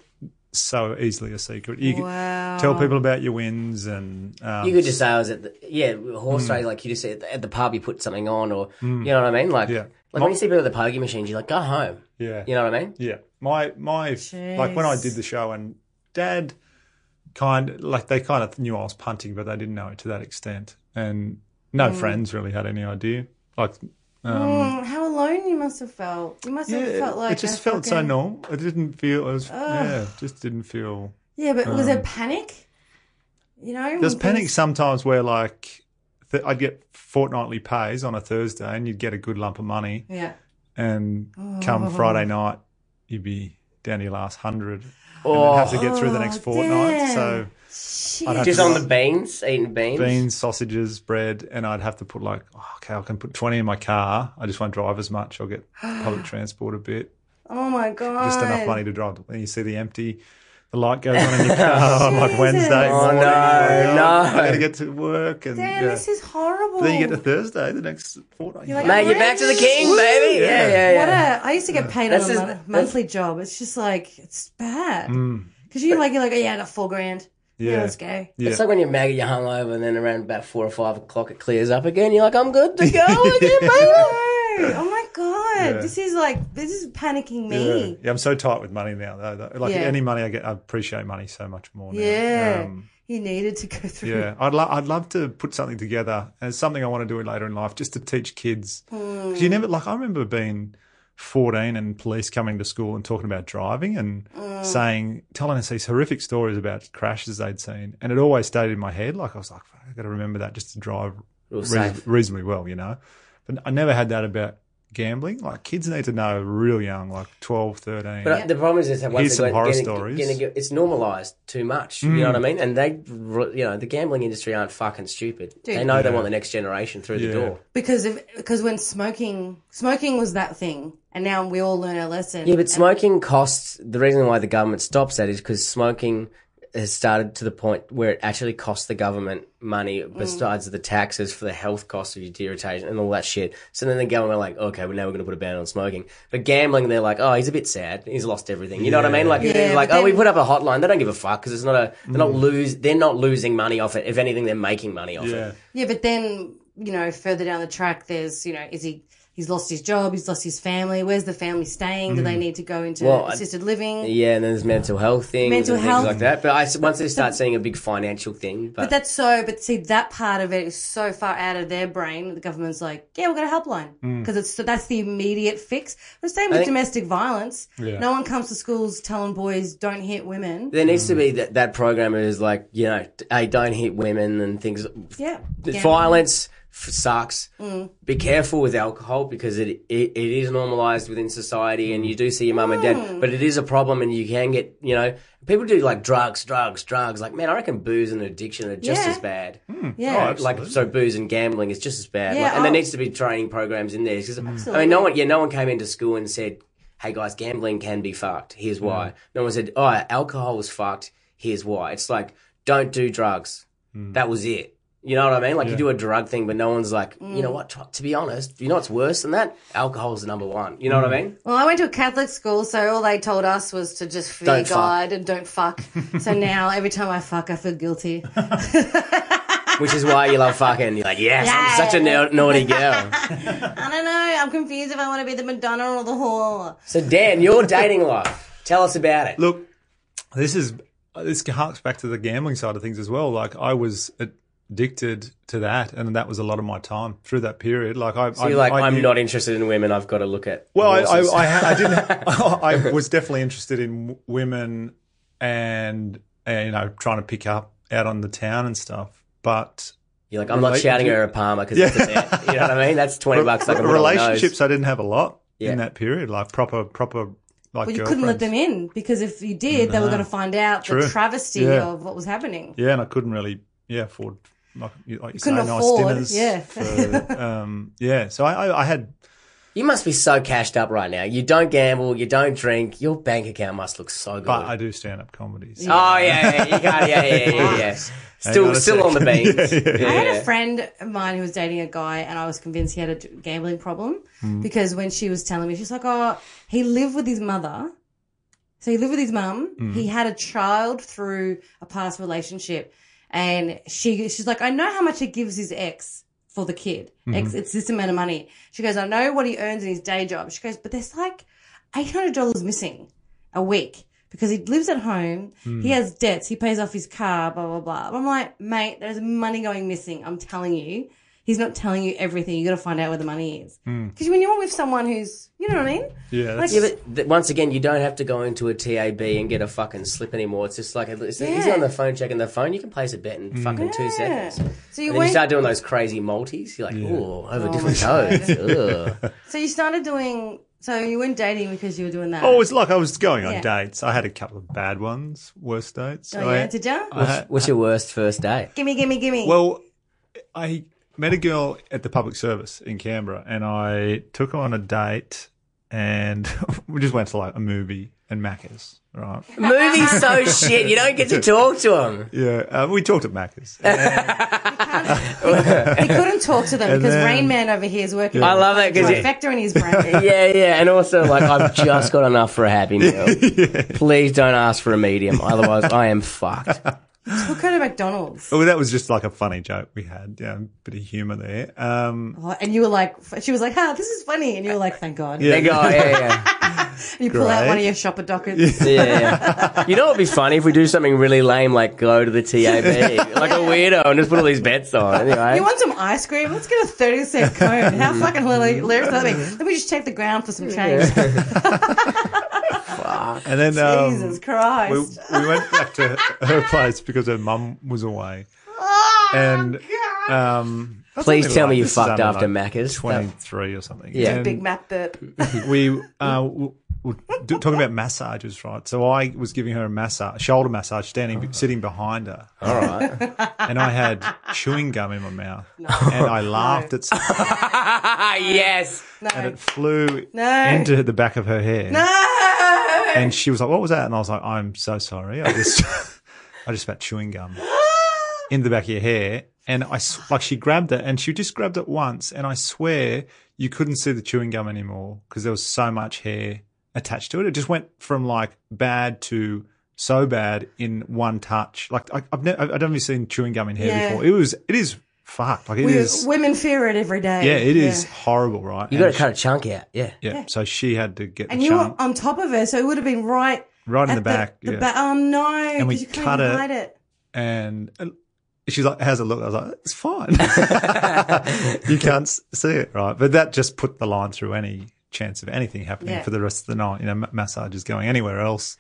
so easily a secret. You
Wow.
can tell people about your wins and um,
you could just say I was at the yeah
Mm.
horse race, like you just said at the, at the pub, you put something on, or you know what I mean. Like,
Yeah.
like when you see people at the pogie machines, you're like, go home.
yeah.
You know what I mean?
Yeah. My my like when I did the show and dad kind like they kind of knew I was punting but they didn't know it to that extent and no friends really had any idea. Like um
Mm, how alone you must have felt. You must have
yeah,
felt like
it just
a
felt so
fucking-
normal. It didn't feel it was yeah, it just didn't feel
[LAUGHS] Yeah, but was there panic? You know, when
Um, There's panic
things-
sometimes where like th- I'd get fortnightly pays on a Thursday and you'd get a good lump of money
Yeah.
and come Friday
Oh.
night you'd be down to your last hundred and then
Or
have to get through the next
Oh,
fortnight. So I'd have
just
to
on
like-
the beans, eating beans.
beans, sausages, bread, and I'd have to put like, oh, okay, I can put 20 in my car. I just won't drive as much. I'll get
[GASPS]
public transport a bit,
Oh my god.
just enough money to drive. And you see the empty, the light goes on in your
[LAUGHS]
car [LAUGHS] on like Wednesday.
Oh,
morning.
no,
You're like, "Oh,
no.
I gotta get to work. And
Damn,
yeah.
this is horrible.
then you get to Thursday, the next fortnight. You're
like,
Mate, you're back to the king, baby. Yeah,
Yeah.
yeah,
What
yeah.
a! I used to get paid
That's
on a
just-
mon-
that's-
monthly job. It's just like it's bad because you're like you're like oh yeah, I got four grand. Yeah,
Mm. Yeah.
let's
[LAUGHS]
go.
yeah.
It's like when you're maggot, you're hungover, and then around about four or five o'clock, it clears up again. You're like, I'm good to
[LAUGHS]
go
Oh,
again, baby.
No, oh my god,
Yeah.
this is like this is panicking
yeah.
me.
Yeah, I'm so tight with money now, though. though. Like
Yeah.
any money I get, I appreciate money so much more. Now.
Yeah,
Um,
you needed to go through.
Yeah, I'd, lo- I'd love to put something together as something I want to do later in life, just to teach kids. 'Cause You never like I remember being fourteen and police coming to school and talking about driving and saying, telling us these horrific stories about crashes they'd seen, and it always stayed in my head. Like I was like, "Fuck, I got to remember that just to drive
Real
reas-
safe.
reasonably well, you know. But I never had that about gambling. Like kids need to know real young, like 12, 13.
But uh, the problem is, is that once
Here's
they
some
go-
horror
gonna-
stories. Mm.
gonna get- it's normalised too much. You know what I mean? And they, you know, the gambling industry aren't fucking stupid. They know they want the next generation through the
Yeah.
door.
because of because when smoking smoking was that thing, and now we all learn our lesson.
Yeah, but smoking costs. The reason why the government stops that is because smoking has started to the point where it actually costs the government money
Mm.
besides the taxes for the health costs of your irritation and all that shit. So then the government are like, okay, well now we're going to put a ban on smoking. But gambling, they're like, oh, he's a bit sad. He's lost everything. You know what I mean? Like, they're like,
but
oh, we
then- Mm.
put up a hotline. They don't give a fuck because it's not a. They're not lose. They're not losing money off it. If anything, they're making money off it.
yeah,
Yeah, but then you know further down the track, there's you know is he he's lost his job, he's lost his family. Where's the family staying? Do they need to go into
Mm. Well, I-
assisted living?
Yeah, and then there's mental health things
Mental
and
health.
things like that. But I
[LAUGHS]
s once they start seeing a big financial thing, but,
But that's so. But see, that part of it is so far out of their brain. that The government's like, yeah, we've got a helpline because it's that's the immediate fix. The same with
Mm. think-
domestic violence.
Yeah.
No one comes to schools telling boys don't hit women.
there needs to be that, that program is like, you know, hey, don't hit women and things.
yeah,
The
Yeah. Mm.
Violence f- sucks. Be careful with alcohol because it, it it is normalized within society,
Mm.
and you do see your mum and dad, but it is a problem, and you can get you know people do like drugs, drugs, drugs. Like man, I reckon booze and addiction are just
Yeah.
as bad.
Yeah,
Oh,
Like so, booze and gambling is just as bad.
Yeah,
like, and there
oh.
needs to be training programs in there. 'cause, I mean, no one, yeah, no one came into school and said, "Hey guys, gambling can be fucked. Here's why." No one said, "Oh, alcohol is fucked. Here's why." It's like, don't do drugs. That was it. You know what I mean? Like you do a drug thing, but no one's like, you know what? To be honest, you know what's worse than that? Alcohol's the number one. You know what I mean?
Well, I went to a Catholic school, so all they told us was to just fear
Don't fuck.
God and don't fuck. so now every time I fuck, I feel
[LAUGHS]
guilty.
Which is why you love fucking. You're like, yes,
Yeah.
I'm such a nau- naughty girl.
I don't know. I'm confused if I want to be the Madonna or the whore.
so Dan, your dating life. Tell us about it.
Look, this is this harks back to the gambling side of things as well. Like I was addicted to that, and that was a lot of my time through that period. Like I,
So you're like, I, am
knew-
not interested in women. I've got to look at.
Well, I,
horses."
I, I, ha- I
[LAUGHS]
didn't. [LAUGHS] I was definitely interested in w- women and, and you know trying to pick up out on the town and stuff. But
You're like, I'm not
Relate-
shouting her a Palmer because
Yeah.
it's a bet. You know what I mean? That's 20 bucks. Like a
relationships,
relationships.
I didn't have a lot
Yeah.
in that period. Like proper, proper. Like
Well, you couldn't let
girlfriends. Mm-hmm.
them in because if you did, they were going to find out the
True.
travesty
Yeah.
of what was happening.
Yeah, and I couldn't really yeah afford like you, like you say,
couldn't
nice
afford,
dinners.
yeah.
for, um, yeah. So I, I, I had
You must be so cashed up right now. You don't gamble. You don't drink. Your bank account must look so good.
but I do stand up comedy. So.
oh, yeah, yeah, you can't, yeah, yeah,
[LAUGHS]
yeah, yeah.
on
Still,
a
still on
[LAUGHS]
the
second.
beans.
Yeah, yeah,
I had a friend of mine who was dating a guy, and I was convinced he had a d- gambling problem
Mm.
because when she was telling me, she's like, "Oh, he lived with his mother, so he lived with his mum.
Mm.
He had a child through a past relationship, and she she's like, I know how much he gives his ex for the kid. Ex,
Mm-hmm.
it's this amount of money. She goes, I know what he earns in his day job. She goes, but there's like eight hundred dollars missing a week." Because he lives at home,
Hmm.
he has debts, he pays off his car, blah blah blah. I'm like, mate, there's money going missing. I'm telling you, he's not telling you everything. You got to find out where the money is. Because when you're with someone who's, you know what I mean?
Hmm. Yeah,
Like,
that's-
Yeah, but th- once again, you don't have to go into a TAB and get a fucking slip anymore. It's just like, it's easy
Yeah.
on the phone, checking the phone. You can place a bet in fucking two
Yeah.
seconds.
So you
And then you
went.
start doing those crazy multis. You're like, ooh, over different toes. Ugh.
so you started doing. So you weren't dating because you were doing that.
Oh, it's like I was going on
Yeah.
dates. I had a couple of bad ones, worst dates.
Oh,
I-
yeah, did you?
I had-
What's your worst first date?
gimme, gimme, gimme.
Uh, Well, I met a girl at the public service in Canberra, and I took her on a date, and [LAUGHS] we just went to like a movie and Macca's,
[LAUGHS]
right?
[LAUGHS] Movie's so shit. You don't get to talk to them.
Yeah, uh, we talked at Macca's. [LAUGHS]
we couldn't talk to them
[LAUGHS] And
because
then-
Rain Man over here is working.
I love that 'cause it-
factor in his brain.
[LAUGHS] Yeah, yeah, and also like I've just got enough for a happy meal. Please don't ask for a medium, otherwise I am fucked.
Took her to McDonald's,
Well, that was just like a funny joke we had. Yeah, a bit of humor there. Um,
Oh, and you were like, she was like, "Ah, this is funny," and you were like, "Thank God."
They go, yeah,
And you pull out
Great.
one of your shopper dockets.
yeah, yeah, yeah. You know what'd be funny if we do something really lame, like go to the TAB, like a weirdo, and just put all these bets on. Anyway,
You want some ice cream? Let's get a 30 cent
[LAUGHS]
cone. How fucking hilarious would that be? Let me just check the ground for some change.
and then [LAUGHS] um,
Jesus
we,
Christ.
we went
[LAUGHS]
back to her place because her mum was away.
Oh,
and um, I was
Please
only
tell me
like-
you
this is
fucked
only
after
like
Macca's.
Twenty-three or something.
Yeah.
[LAUGHS] And
Big Mac burp.
we uh, w- w- do- talking about massages, right? So I was giving her a massage, shoulder massage, standing,
Uh-huh.
sitting behind her,
All [LAUGHS] right,
and I had chewing gum in my mouth, and I laughed at something,
yes.
and it flew
No.
into the back of her hair.
No!
And she was like, "What was that?" And I was like, "I'm so sorry. I just, [LAUGHS] I just about
[GASPS]
chewing gum in the back of your hair." And I s- like she grabbed it, and she just grabbed it once, and I swear you couldn't see the chewing gum anymore because there was so much hair attached to it. It just went from like bad to so bad in one touch. Like I, I've never, I've, I've never seen chewing gum in hair
Yeah.
before. It was, it is fucked. Like it
We,
is.
women fear it every day.
yeah, it is horrible, right?
You
And
got to cut a chunk out. Yeah.
she- Yeah. So she had to get
And
the
you were
chunk
on top of her, so it would have been right
right in
at
the back.
The
yeah.
ba- oh no! And
we
you couldn't
cut it.
hide it.
and and she's like, "How's it look?" I was like,
[LAUGHS]
"It's fine. you can't s- see it, right?" But that just put the line through any chance of anything happening
Yeah.
for the rest of the night. You know, ma- massages going anywhere else.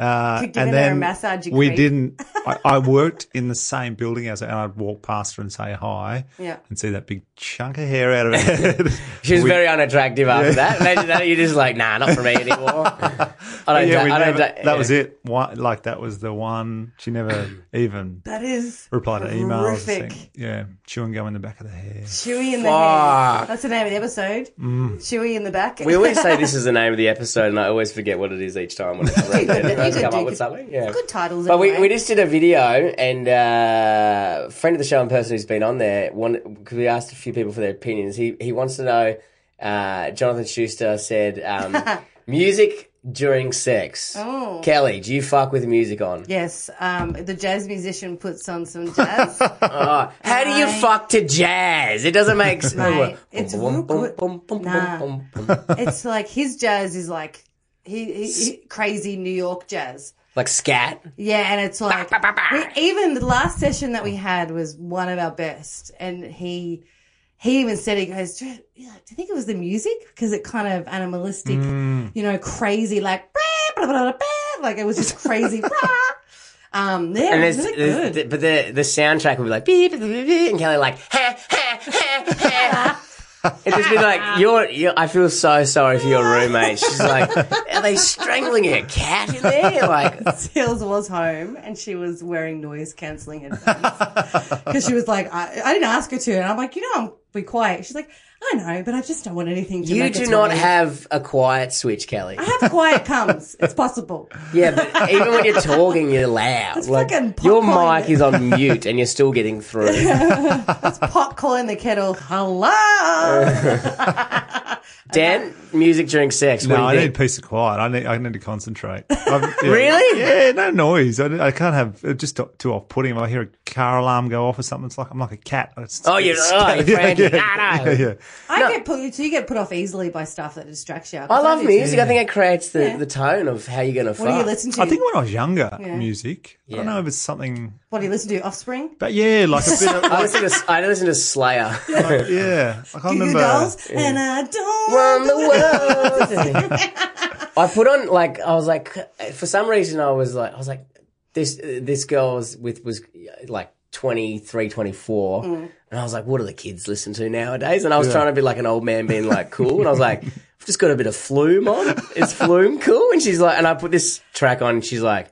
Uh,
Could give
and
her a
then
massage, you
we
creep.
didn't. I,
[LAUGHS]
I worked in the same building as her, and I'd walk past her and say hi,
Yeah.
and see that big chunk of hair out of her
[LAUGHS]
head.
She was very unattractive after that. Imagine that. You're just like, nah, not for me anymore.
[LAUGHS]
I don't.
yeah,
Yeah,
we
I don't
never, that
yeah.
was it. One, like that was the one.
[CLEARS THROAT]
She never even
That is
replied to emails. I
horrific.
think. Yeah, chewing gum in the back of the hair.
Chewy in the
Fuck.
head. That's the name of the episode.
Mm.
Chewy in the back.
We
[LAUGHS]
always say this is the name of the episode, and I always forget what it is each time. When I
You did, you did,
come
you
up with
did.
something. Yeah.
good titles.
But we,
anyway.
we just did a video, and uh, a friend of the show and person who's been on there, one because we asked a few people for their opinions. He he wants to know. Uh, Jonathan Schuster said,
[LAUGHS]
um, "Music during sex."
Oh.
Kelly, do you fuck with music on?
yes, um, the jazz musician puts on some
[LAUGHS]
jazz.
Oh, how do you
Right.
fuck to jazz? It
[LAUGHS]
doesn't make sense.
Right. It's real good. Nah. it's like his jazz is like he, he, he crazy New York jazz.
Like
[LAUGHS]
scat.
Yeah, and it's like we, even the last session that we had was one of our best, and he he even said he goes, do you, do you think it was the music because it kind of animalistic,
Mm.
you know, crazy like blah, blah, blah, blah, blah, like it was just crazy. [LAUGHS] blah. um, yeah,
And
it was
there's,
really
there's
good.
the, but the the soundtrack would be like beep, beep, beep, beep, and Kelly like ha ha ha
[LAUGHS]
ha. It'd just be like you're, you're. I feel so sorry for your
[LAUGHS]
roommate. She's like, are they strangling a cat in there? Like,
Seals was home and she was wearing noise cancelling headphones
[LAUGHS]
because she was like, I, I didn't ask her to, and I'm like, you know, I'm be quiet. She's like, I know, but I just don't want anything. to
you
make it
do not
really-
have a quiet switch, Kelly.
I [LAUGHS] have quiet comes. It's possible.
Yeah, but even when you're talking, you're loud.
It's
like
fucking
your
popcorn.
mic is on mute, and you're still
[LAUGHS]
getting through.
That's pot calling the kettle. Hello.
Dan, music during sex. What
No,
do
I
you
need
think?
peace of quiet. I need I need
[LAUGHS]
to concentrate. I've- yeah.
Really?
Yeah, no noise. I, I can't have it's just too off putting. If I hear a car alarm go off or something, it's like I'm like a cat. It's-
Oh,
[LAUGHS]
you're-
it's-
oh, you're frantic. Ah,
yeah,
no.
yeah.
I get put. So you get put off easily by stuff that distracts you.
I love music. I think it creates the, the tone of how you're going to fuck.
What do you listen to?
I think when I was younger,
Yeah.
music. I don't know if it's something,
what do you listen to? Offspring.
but yeah, like a bit of
I listen to I listen to [LAUGHS] Slayer.
like, yeah. Like I
You
remember.
girls and uh, I don't.
Run the world. I put on like I was like for some reason I was like I was like this this girl was with was like 23 24 and I was like what do the kids listen to nowadays and I was trying to be like an old man being like cool and I was like I've just got a bit of flume on is flume cool and she's like and I put this track on and she's like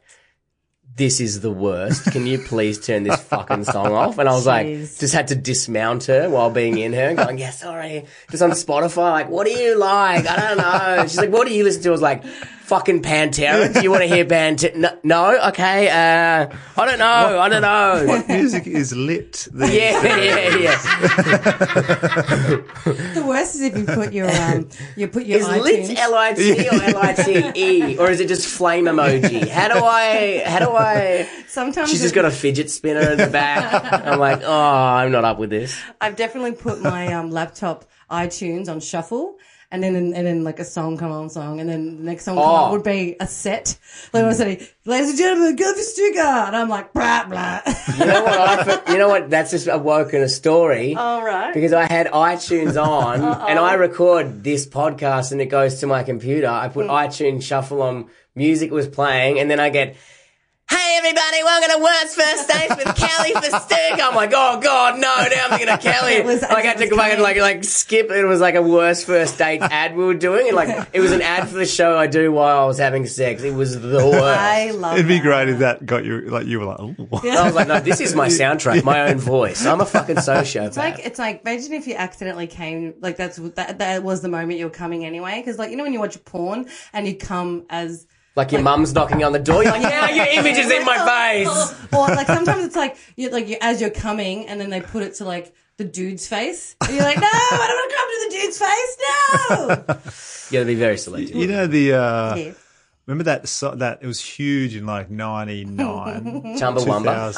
this is the worst. Can you please turn this fucking song off? And I was like,
Jeez.
just had to dismount her while being in her, going, yeah, sorry. Just on Spotify, like, what do you like? I don't know. She's like, what do you listen to? I was like, fucking Pantera. Do you want to hear Pantera? No, no? okay. Uh, I don't know. I don't know.
Music is lit. these
Yeah,
days.
yeah, yeah.
The worst is if you put
[LAUGHS]
your um, you put your
Is
iTunes.
lit L I T or L I T E or is it just flame emoji? How do I? How do I?
Sometimes
She's
it-
just got a fidget spinner in the back. I'm like, oh, I'm not up with this.
I've definitely put my um, laptop iTunes on shuffle. And then, and then like a song come on song, and then the next song come on
Oh.
would be a set. Like I was saying, ladies and gentlemen, go for Stuka. And I'm like, blah, blah.
You know what? I, fe- you know what? That's just awoken a
[LAUGHS]
story.
All right.
Because I had iTunes on and I record this podcast and it goes to my computer. I put
Hmm.
iTunes shuffle on, music was playing, and then I get, Hey everybody, welcome to Words First Dates with Kelly for Stick. I'm like, oh god, no, now I'm thinking of Kelly.
That was-
I had
that
to
was
go back and like
coming.
like skip. It was like a worst first date ad we were doing. And like it was an ad for the show I do while I was having sex. It was the worst.
[LAUGHS] I love
It'd be
that.
great if that got you. Like you were like, "Ooh." [LAUGHS]
I was like, no, this is my soundtrack, my own voice. I'm a fucking sociopath.
It's like, it's like, imagine if you accidentally came, like that's, that, that was the moment you were coming anyway. Cause like, you know, when you watch porn and you come as,
Like your mum's knocking on the door. You're like, yeah,
[LAUGHS]
[LAUGHS]
your image is in my face.
Or like sometimes it's like you like you as you're coming, and then they put it to like the dude's face, and you're like, no, I don't want to come to the dude's face. No.
You gotta be very selective. [LAUGHS]
You know the uh,
Yeah.
Remember that so, that it was huge in like '99,
Chumbawamba.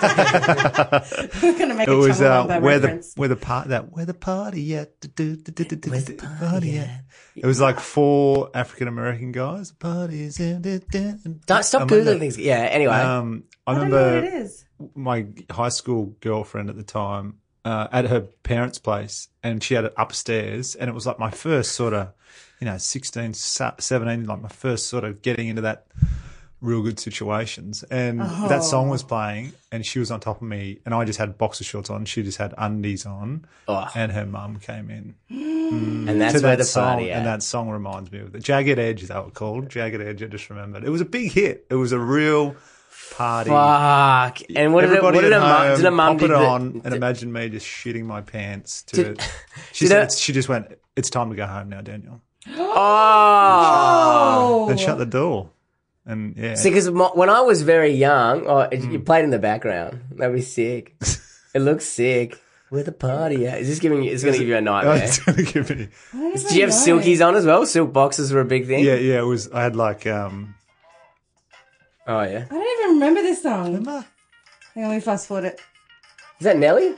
2000.
[LAUGHS] We're going to make
it
a
was uh,
Chumbawamba
where the [LAUGHS]
reference.
where the part that where the party at Do, do, do, do, do, do, do, party at. It was like four African American guys. Parties. Don't
Don't stop googling things. Yeah. Anyway,
Um, I,
I don't know what it
remember
is.
my high school girlfriend at the time uh, at her parents' place, and she had it upstairs, and it was like my first sort of, you know, 16, sa- 17, like my first sort of getting into that real good situations. And
Oh.
that song was playing, and she was on top of me, and I just had boxer shorts on, she just had undies on,
Oh.
and her mum came in
and that's
to
where
that
the
song,
party.
and
at.
that song reminds me of the Jagged Edge they were called Jagged Edge. I just remembered it was a big hit. It was a real party.
Fuck. And what did it, what
Everybody
did a
at
mum?
home
Did a mum
pop
did
it
the- [LAUGHS]
on
did-
and imagine me just shitting my pants to
Did-
it. She
did
said,
a-
it's- she just went, "It's time to go home now, Daniel,"
Oh.
Oh,
and shut the door. And yeah, [LAUGHS]
See, because when I was very young, oh, it
Hmm.
you played in the background. That'd be
[LAUGHS]
sick. it looks sick. Where the party at? Is this giving you? It's going to give you a
[LAUGHS]
nightmare.
it's gonna give me.
Did you have silkies on as well? Silk boxes were a big thing.
Yeah, yeah. It was. I had like um.
Oh yeah.
I don't even remember this song.
remember?
Hang on, let me fast forward it.
Is that Nelly?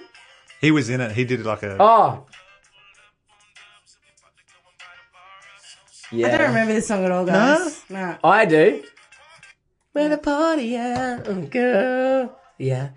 He was in it. He did like a.
Oh. Yeah.
I don't remember this song at all, guys. No.
I do. Where the party at, oh, girl? Yeah.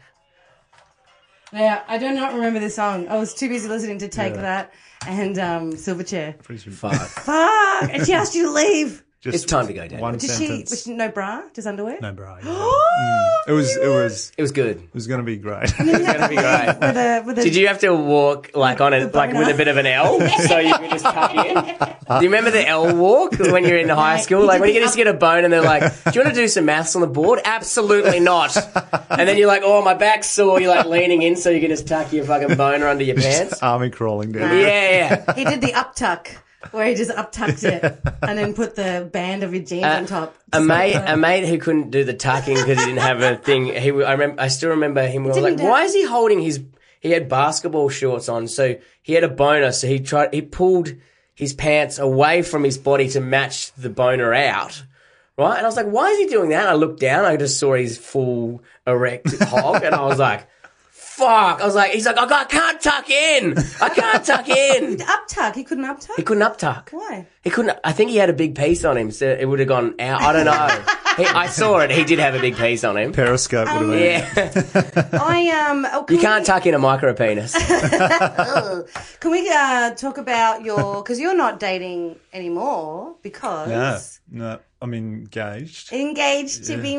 Yeah, I do not remember this song. I was too busy listening to Take That and um, Silverchair.
pretty sure-
Fuck.
Fuck! And she asked you to leave.
Just
it's time to go down.
One
Did she?
sentence.
Was she no bra? Just underwear? [GASPS] Oh!
No, bro.
[GASPS]
It was. It was.
It was good.
It was gonna be great. [LAUGHS]
That'd be great.
[LAUGHS] With a, with a,
Did you have to walk like on a like with a bit of an L so you could just tuck in? Do you remember the L walk when you're in high school? Like when you just get a bone and they're like, "Do you want to do some maths on the board?" Absolutely not. And then you're like, "Oh, my back's sore." You're like leaning in so you can just tuck your fucking boner under your pants.
Army crawling down.
Yeah, yeah.
He did the uptuck, where he just uptucked
[LAUGHS]
it and then put the band of your jeans on top.
Uh, A mate, a mate who couldn't do the tucking because he didn't have a thing. He, I remember, I still remember him. We were like,
didn't do-
"Why is he holding his?" He had basketball shorts on, so he had a boner. So he tried, he pulled his pants away from his body to match the boner out. Right, and I was like, "Why is he doing that?" And I looked down, I just saw his full erect hog, and I was like, "Fuck!" I was like, "He's like, I got- I can't tuck in. I can't tuck in."
Uptuck. He couldn't uptuck.
He couldn't uptuck.
Why?
He couldn't. I think he had a big piece on him, so it would have gone out. I don't know. he, I saw it. He did have a big piece on him.
Periscope would have been.
Yeah,
I um. Oh, can
you can't
we-
tuck in a micro penis.
Ugh. Can we uh, talk about your? Because you're not dating anymore
No,
because
no. I'm engaged.
engaged to be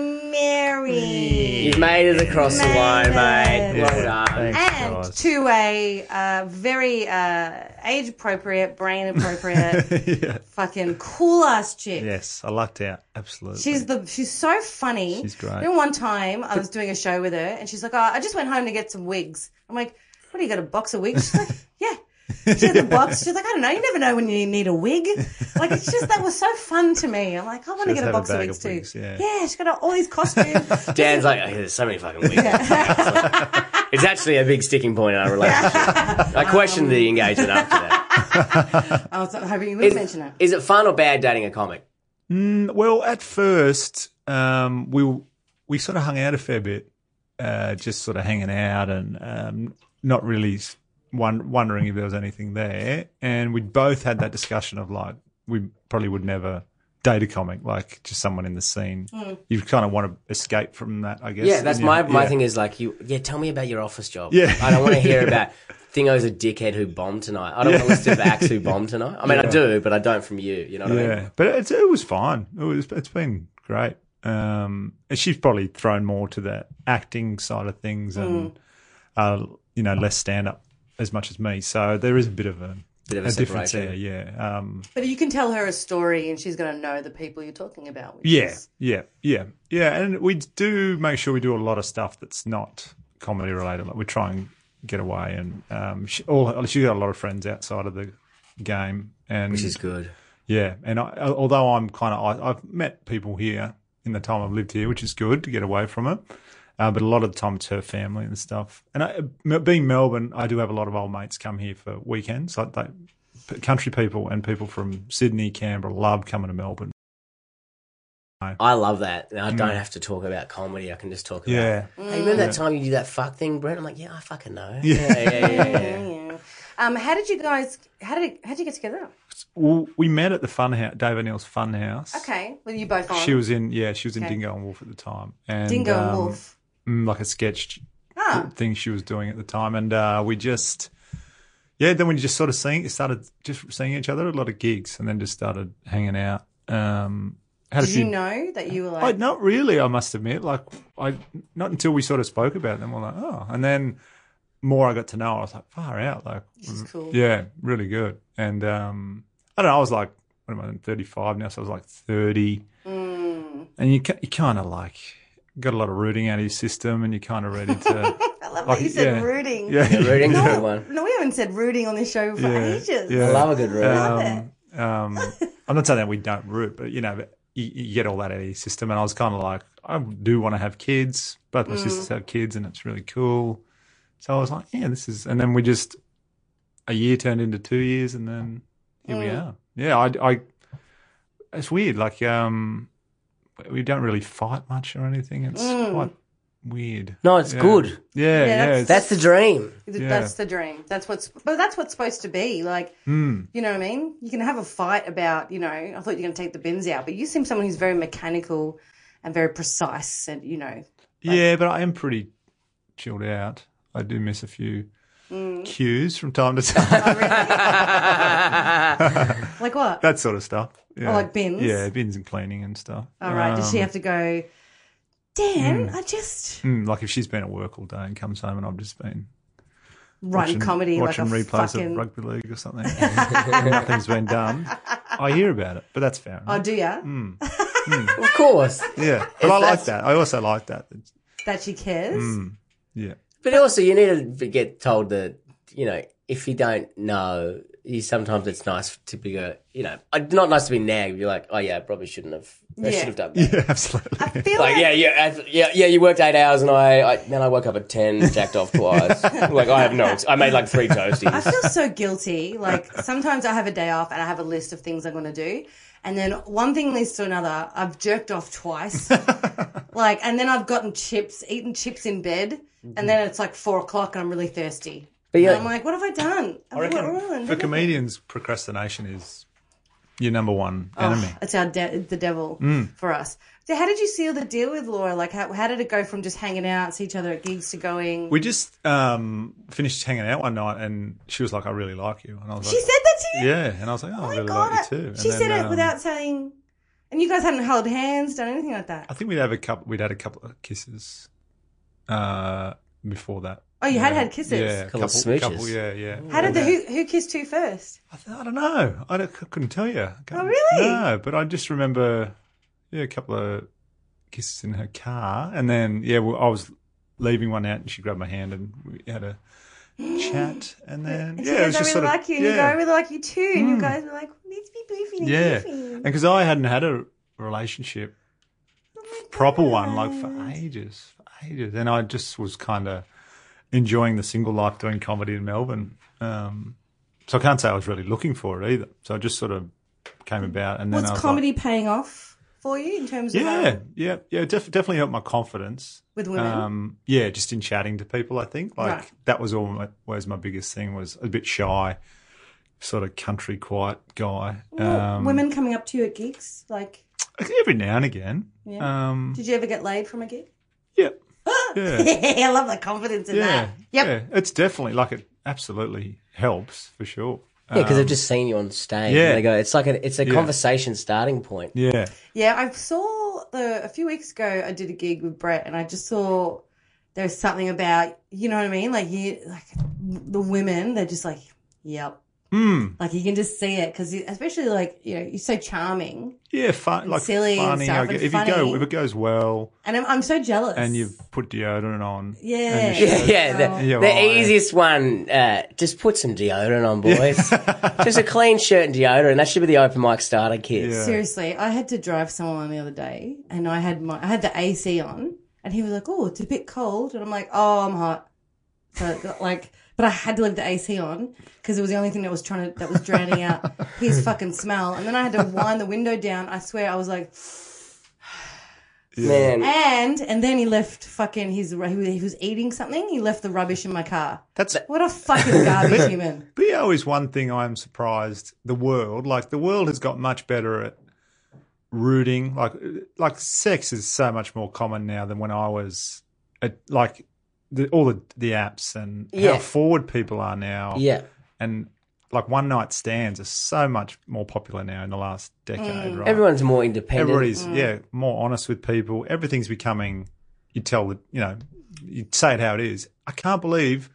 married
You've made it across the line, mate.
Made
Well
Yeah,
done.
thanks,
and
guys.
to a uh, very uh, age appropriate, brain
[LAUGHS]
appropriate,
[LAUGHS] yeah.
fucking cool ass chick.
Yes, I lucked out. Absolutely.
She's the she's so funny.
She's great.
Then one time I was doing a show with her and she's like, "Oh, I just went home to get some wigs." I'm like, "What do you got a box of wigs?" She's
[LAUGHS]
like, "Yeah." She had the box. She's like, "I don't know. You never know when you need a wig." Like it's just that was so fun to me. I'm like, "I want to
does
get a
have a
box of
bag
wigs
of
too."
wigs, yeah.
she's got all these costumes.
[LAUGHS]
[LAUGHS]
Dan's like, oh, there's so many fucking weird. it's actually a big sticking point in our relationship. I questioned the engagement after that.
I was hoping you would mention her.
Is it fun or bad dating a comic?
Mm, well, at first, um, we we sort of hung out a fair bit, uh, just sort of hanging out and um, not really s- won- wondering if there was anything there. And we both had that discussion of like, we probably would never date a comic, like just someone in the scene. You kind of want to escape from that, I guess.
Mm. Yeah, that's
And you-
my my
yeah.
thing is like you. Yeah, tell me about your office job.
Yeah.
I don't want to hear about Thingo's a dickhead who bombed tonight. I don't want to listen to acts who bombed tonight. I mean, I do, but I don't from you. You know what I mean?
Yeah, but it's, it was fine. It was, it's been great. Um, and she's probably thrown more to the acting side of things
Mm.
and, uh, you know, less stand up as much as me. So there is a bit of a,
Bit of a
a difference there.
separation.
Yeah. Um,
But you can tell her a story and she's going to know the people you're talking about. which
yeah.
is-
Yeah. Yeah. Yeah. And we do make sure we do a lot of stuff that's not comedy related. Like we try and get away. And um, she, all, she's got a lot of friends outside of the game. And
Which is good.
Yeah, and I, although I'm kind of I, I've met people here in the time I've lived here, which is good to get away from it. Uh, but a lot of the time it's her family and stuff. And I, m- being Melbourne, I do have a lot of old mates come here for weekends. Like they, p- country people and people from Sydney, Canberra love coming to Melbourne
I love that. And I don't have to talk about comedy. I can just talk about.
Mm. Yeah.
Hey, remember that time you did that fuck thing, Brent? I'm like, yeah, I fucking know. Yeah, yeah, yeah. yeah, yeah.
Yeah. Um, how did you guys? How did it, how did you get together?
Well, we met at the fun house, David Neal's fun house.
Okay, well, you both on
She was in, yeah, she was in
Okay.
Dingo and Wolf at the time. And,
Dingo and
um,
Wolf.
mm, Like a sketch
Ah,
thing she was doing at the time. And uh, we just, yeah, then we just sort of seeing, started just seeing each other at a lot of gigs and then just started hanging out. Um, had a
did you
few-
know that you were
I,
like?
not really, I must admit. Like, I not until we sort of spoke about them, we're like, oh. And then more I got to know, her, I was like, far out. Like,
This is cool.
Mm. yeah, really good. And um, I don't know. I was like, what am I? Thirty five now, so I was like thirty.
Mm,
And you ca- you kind of like got a lot of rooting out of your system, and you're kind of
[LAUGHS]
ready to
I love
Like,
that you said
yeah.
rooting.
yeah.
yeah
[LAUGHS]
rooting for everyone.
[LAUGHS] No, we haven't said rooting on this show for
Yeah,
ages.
[LAUGHS] yeah.
I love a good root.
Um, um, I'm not saying that we don't root, but you know, but you, you get all that out of your system. And I was kind of like, I do want to have kids. Both my sisters have kids, and it's really cool. So I was like, yeah, this is. And then we just a year turned into two years, and then here we are. Yeah, I, I. It's weird. Like, um, we don't really fight much or anything. It's quite weird.
no, it's
Yeah.
good.
Mm. Yeah, yeah.
that's-
it's-
That's the dream.
Th- That's the dream. That's what's, but that's what's supposed to be. Like,
mm.
you know what I mean? You can have a fight about, you know, I thought you were going to take the bins out, but you seem someone who's very mechanical and very precise and, you know,
Yeah, but I am pretty chilled out. I do miss a few
Mm.
cues from time to time. [LAUGHS]
like what?
that sort of stuff. Yeah.
Oh, like bins? Oh.
Yeah, bins and cleaning and stuff.
All right. Does she
Um,
have to go, Dan, I just
mm, like if she's been at work all day and comes home and I've just been
run
watching,
comedy like a
watching replays
fucking.
of rugby league
[LAUGHS]
or something. and nothing's been done. I hear about it, but that's fair.
oh,
Enough.
do ya?
Mm.
Of course.
[LAUGHS]
Yeah, but I like that. I also like that. It's-
That she cares?
Mm. Yeah, [LAUGHS]
But also, you need to get told that, you know, if you don't know, you sometimes it's nice to be a, you know, it's not nice to be nagged. You're like, oh yeah, I probably shouldn't have. I
Yeah.
should have done that. [LAUGHS]
yeah,
[LAUGHS]
absolutely.
I feel
Like yeah, yeah, I- yeah, yeah. You worked eight hours, and I, I then I woke up at ten, jacked off twice. like I have no, ex- I made like three
I
toasties.
feel so guilty. Like sometimes I have a day off and I have a list of things I'm going to do. And then one thing leads to another. I've jerked off
[LAUGHS]
twice. like, and then I've gotten chips, eaten chips in bed. And then it's like four o'clock and I'm really thirsty.
But
And
yeah,
I'm like, what have I done? I've
reckon
ruined
For
everything.
comedians, procrastination is your number one
Oh.
enemy. Mm.
It's our de- the devil for us. So how did you seal the deal with Laura? Like, how, how did it go from just hanging out, see each other at gigs to going?
We just um, finished hanging out one night, and she was like, "I really like you," and I was
she
like,
said that to you?
"Yeah," and I was like, "Oh, I
Oh my
really
God.
like you too." And
she
then,
said it
um,
without saying, and you guys hadn't held hands, done anything like that.
I think we'd have a couple. We'd had a couple of kisses uh, before that.
Oh, you had had kisses?
Yeah,
Couple of smooches.
yeah, yeah.
How did the who, who kissed who first?
I, th- I don't know. I, don't- I couldn't tell you. I can't-
Oh, really?
No, but I just remember, yeah, a couple of kisses in her car, and then yeah, well, I was leaving one out, and she grabbed my hand, and we had
[GASPS]
a chat, and then
And
yeah,
she
it
goes,
was
I
just
really
sort of-
like you. And you go,
yeah. Hmm.
I really like you too. And you guys were like, we need to be boofing and
Yeah,
goofing.
and because I hadn't had a relationship, proper one, like
Oh
for ages, for ages, and I just was kind of enjoying the single life doing comedy in Melbourne. Um, so I can't say I was really looking for it either. So it just sort of came about, and then
Was
I was
comedy paying off for you in terms of
Like, yeah,
um,
yeah, yeah. It def- definitely helped my confidence.
with women?
Um, yeah, just in chatting to people, I think like
Right.
that was almo- always my biggest thing was a bit shy, sort of country quiet guy.
Well,
Um,
Oh, women coming up to you at gigs? Like,
every now and again.
Yeah.
Um,
did you ever get laid from a gig?
Yeah.
[LAUGHS]
Yeah.
I love the confidence in
Yeah.
that. Yep.
Yeah. It's definitely like it absolutely helps for sure.
yeah, because they've just seen you on stage.
Um, yeah.
and they go. It's like a, it's a conversation starting point. [LAUGHS]
Yeah.
Yeah, I saw the a few weeks ago. I did a gig with Brett, and I just saw there was something about you know what I mean, like you like the women. They're just like, yep,
Mm.
like you can just see it because especially like you know you're so charming,
Yeah. Fun, like
silly and
funny.
stuff
I gue-
and
if you
funny.
go, if it goes well
and I'm I'm so jealous.
and you've put deodorant on.
yeah,
and
[LAUGHS] Yeah, yeah, the,
Yeah,
the
right.
easiest one. Uh, just put some deodorant on, boys. [LAUGHS] just a clean shirt and deodorant. That should be the open mic starter kit.
Yeah.
Seriously, I had to drive someone the other day, and I had my I had the AC on, and he was like, "Oh, it's a bit cold," and I'm like, "Oh, I'm hot." So like, but I had to leave the AC on because it was the only thing that was trying to that was drowning out his fucking smell, and then I had to wind the window down. I swear, I was like,
Man,
And and then he left fucking his. ru- He was- he was eating something. He left the rubbish in my car.
That's
What a
[LAUGHS]
fucking garbage human.
BO is one thing I'm surprised the world, like the world has got much better at rooting. Like, like sex is so much more common now than when I was at, like the, all the, the apps and
Yeah.
how forward people are now.
yeah.
And like one night stands are so much more popular now in the last decade, right?
Everyone's more independent.
Everybody's, yeah, more honest with people. Everything's becoming, you tell the, you know, you say it how it is. I can't believe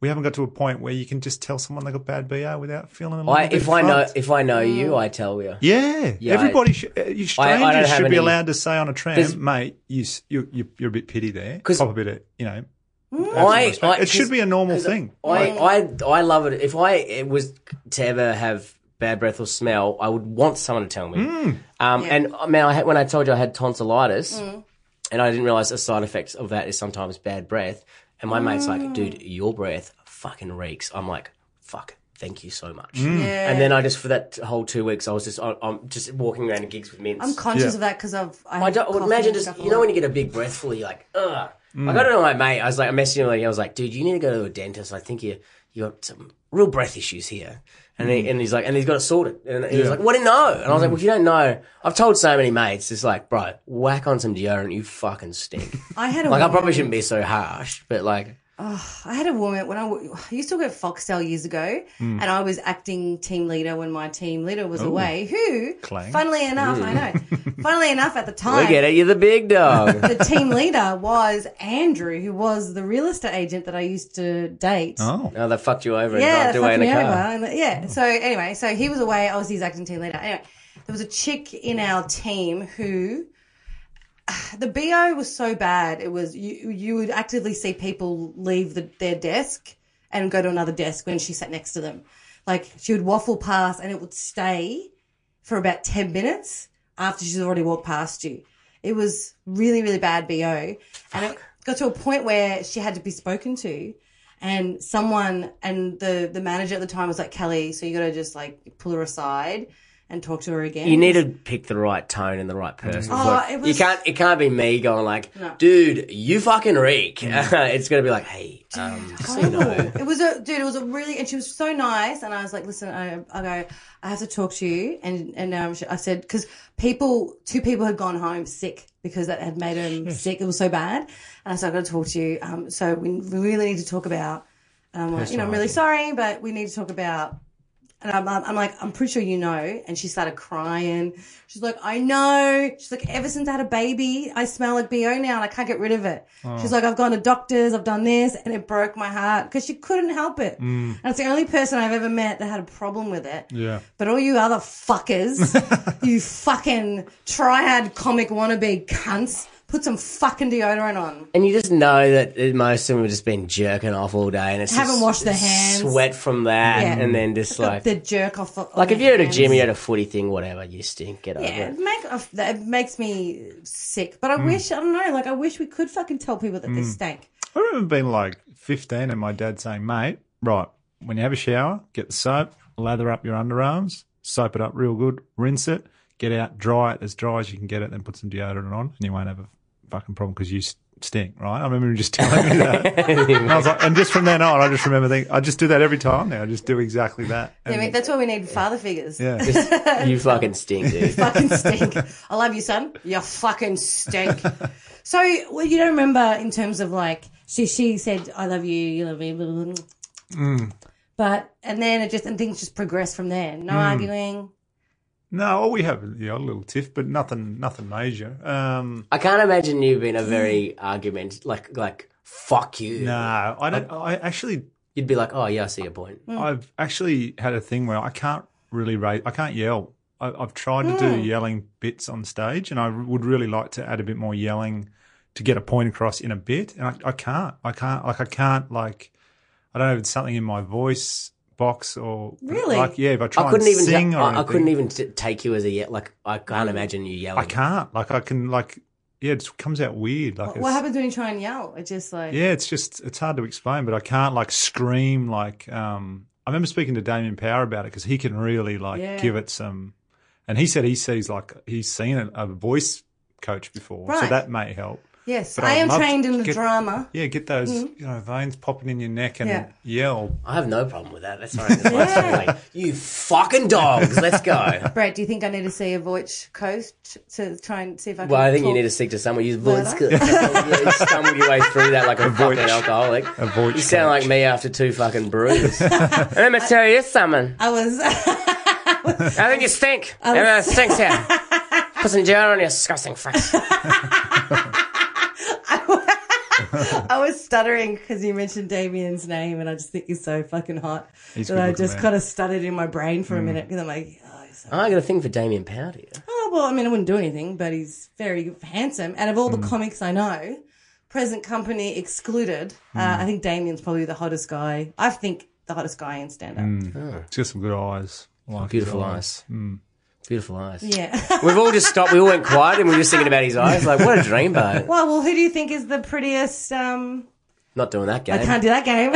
we haven't got to a point where you can just tell someone they got bad BO without feeling a little
I,
bit
if I know
fucked.
if I know you, I tell you.
Yeah,
Yeah,
everybody, should uh,
I-
you
I
strangers
don't have
should
any-
be allowed to say on a
There's-
tram, mate, you, s- you, you, you're a bit pity there.
'Cause-
Pop a bit of, you know,
I, I
it should be a normal thing.
I, I I love it. If I it was to ever have bad breath or smell, I would want someone to tell me. Um, And uh, man, I had, when I told you I had tonsillitis, and I didn't realize the side effects of that is sometimes bad breath. And my mate's like, "Dude, your breath fucking reeks." I'm like, "Fuck." Thank you so much.
Hmm.
And then I just for that whole two weeks, I was just I, I'm just walking around in gigs with mints.
I'm conscious
Yeah.
of that because I've. I,
I
had
don't well,
coffee
imagine
and
just
stuff
you know
all-
when you get a big breathful, you're like, ugh. Like I don't know, my mate. I was like, I messaged him like I was like, dude, you need to go to a dentist. I think you you got some real breath issues here. And he, and he's like, and he's got it sorted. And he was
Yeah.
like, what do you know? And I was like, well, if you don't know, I've told so many mates, it's like, bro, whack on some deodorant, you fucking stink.
I had a
like I
woman-
probably shouldn't be so harsh, but like,
I had a woman when I, w- I used to work at Foxtel years ago, and I was acting team leader when my team leader was away. Who,
Clang.
funnily enough, I know, funnily enough, at the
we
time,
get it, you're the
[LAUGHS]
big dog.
the team leader was Andrew, who was the real estate agent that I used to date.
Oh,
no, they fucked you over
Yeah, that
and drived away
fucked
in
me
a
over.
car.
And, yeah. So anyway, so he was away. I was his acting team leader. Anyway, there was a chick in our team who [SIGHS] the bo was so bad. It was you. You would actively see people leave the, their desk and go to another desk when she sat next to them. Like she would waffle past and it would stay for about 10 minutes after she's already walked past you. It was really, really bad BO. And it got to a point where she had to be spoken to. And someone and the, the manager at the time was like, Kelly, so you got to just like pull her aside and talk to her again.
You need to pick the right tone and the right person.
Oh,
Like,
it was-
You can't. It can't be me going like, "Dude, you fucking reek." [LAUGHS] it's gonna be like, "Hey, um, so you
horrible.
know."
Oh. It was a dude. It was a really, and she was so nice. And I was like, listen, I, I go, I have to talk to you. And and um, she, I said because people, two people had gone home sick because that had made them sick. It was so bad. And I said, I got to talk to you. Um, so we we really need to talk about. And I'm like, you know, I'm really sorry, but we need to talk about. And I'm, I'm, I'm like, I'm pretty sure you know. And she started crying. She's like, I know. She's like, ever since I had a baby, I smell like BO now and I can't get rid of it.
Oh.
She's like, I've gone to doctors, I've done this, and it broke my heart because she couldn't help it. And
Mm.
it's the only person I've ever met that had a problem with it.
yeah.
But all you other
[LAUGHS]
fuckers, you fucking triad comic wannabe cunts, put some fucking deodorant on.
And you just know that it- most of them have just been jerking off all day, and it's
Haven't
just
washed their hands.
sweat from that,
Yeah.
and then just
Got
like,
the jerk off. on
like if
their
you're at a
hands.
gym, you're at a footy thing, whatever, you stink, get over
Yeah,
it.
it, make, uh, that- it makes me sick. But I wish, I don't know, like, I wish we could fucking tell people that they stink.
I remember being like 15 and my dad saying, mate, right, when you have a shower, get the soap, lather up your underarms, soap it up real good, rinse it, get out, dry it as dry as you can get it, then put some deodorant on, and you won't have a fucking problem because you s- stink, right? I remember him just [LAUGHS] telling me that. and, I was like, and just from then on, I just remember thinking, I just do that every time now. I just do exactly that.
I mean,
And,
that's why we need father figures.
yeah.
Just- you fucking stink, dude.
[LAUGHS] fucking stink. I love you, son. You fucking stink. so, well, you don't remember in terms of like she she said, "I love you, you love me," blah, blah, blah. but and then it just and things just progress from there. No arguing.
No, well, we have the odd little tiff, but nothing, nothing major. Um,
I can't imagine you being
[LAUGHS]
a very argument like like fuck you.
no, I don't. I actually
You'd be like, oh yeah, I see your point.
I've actually had a thing where I can't really rate. I can't yell. I, I've tried to
Mm.
do yelling bits on stage, and I would really like to add a bit more yelling to get a point across in a bit, and I, I can't. I can't. Like I can't. Like I don't know. If it's something in my voice box or
Really?
Like yeah, if I try
I couldn't
and
even.
sing or
I, I
anything,
couldn't even t- take you as a yet. Like I can't imagine you yelling.
I can't. Like I can. Like yeah, it just comes out weird. Like
What
it's-
happens when you try and yell? It just like
Yeah, it's just it's hard to explain, but I can't like scream like um I remember speaking to Damien Power about it because he can really like
Yeah.
give it some and he said he sees like he's seen a, a voice coach before, so
Right.
that may help.
Yes,
But
I
I'd
am
love
trained
to
in the
get-
drama.
Yeah, get those you know veins popping in your neck and
Mm-hmm. Yeah.
yell.
I have no problem with that. That's all right. That's why I started like, you fucking dogs, let's go.
Brett, do you think I need to see a voice coach to try and see if I can?
Well, I think you
talk?
need to stick to someone. You voice coach. [LAUGHS] you stumble your way through that like a fucking alcoholic.
voice
You sound
coach.
like me after two fucking
[LAUGHS]
brews. Let me tell you something.
I was. [LAUGHS]
I think you stink. Everyone stinks here. Put some gel on your disgusting face.
I was stuttering because you mentioned Damien's name, and I just think he's so fucking hot
He's
that
good
I
looking,
just
man. Mm.
kind of stuttered in my brain for a minute because I'm like, oh, he's so-
I got a thing for Damien Powder.
oh, well, I mean, I wouldn't do anything, but he's very handsome. Out of all the
Mm.
comics I know, present company excluded,
Mm.
uh, I think Damien's probably the hottest guy. I think the hottest guy in stand
Mm.
up.
It's got some good eyes. I Like his
Beautiful
eyes.
eyes.
Hmm.
Beautiful eyes.
Yeah. [LAUGHS]
We've all just stopped. We all went quiet and we were just thinking about his eyes. Like, what
[LAUGHS]
a dreamboat.
well, well, who do you think is the prettiest? Um,
Not doing that
I
game.
can't do that
[LAUGHS]
game.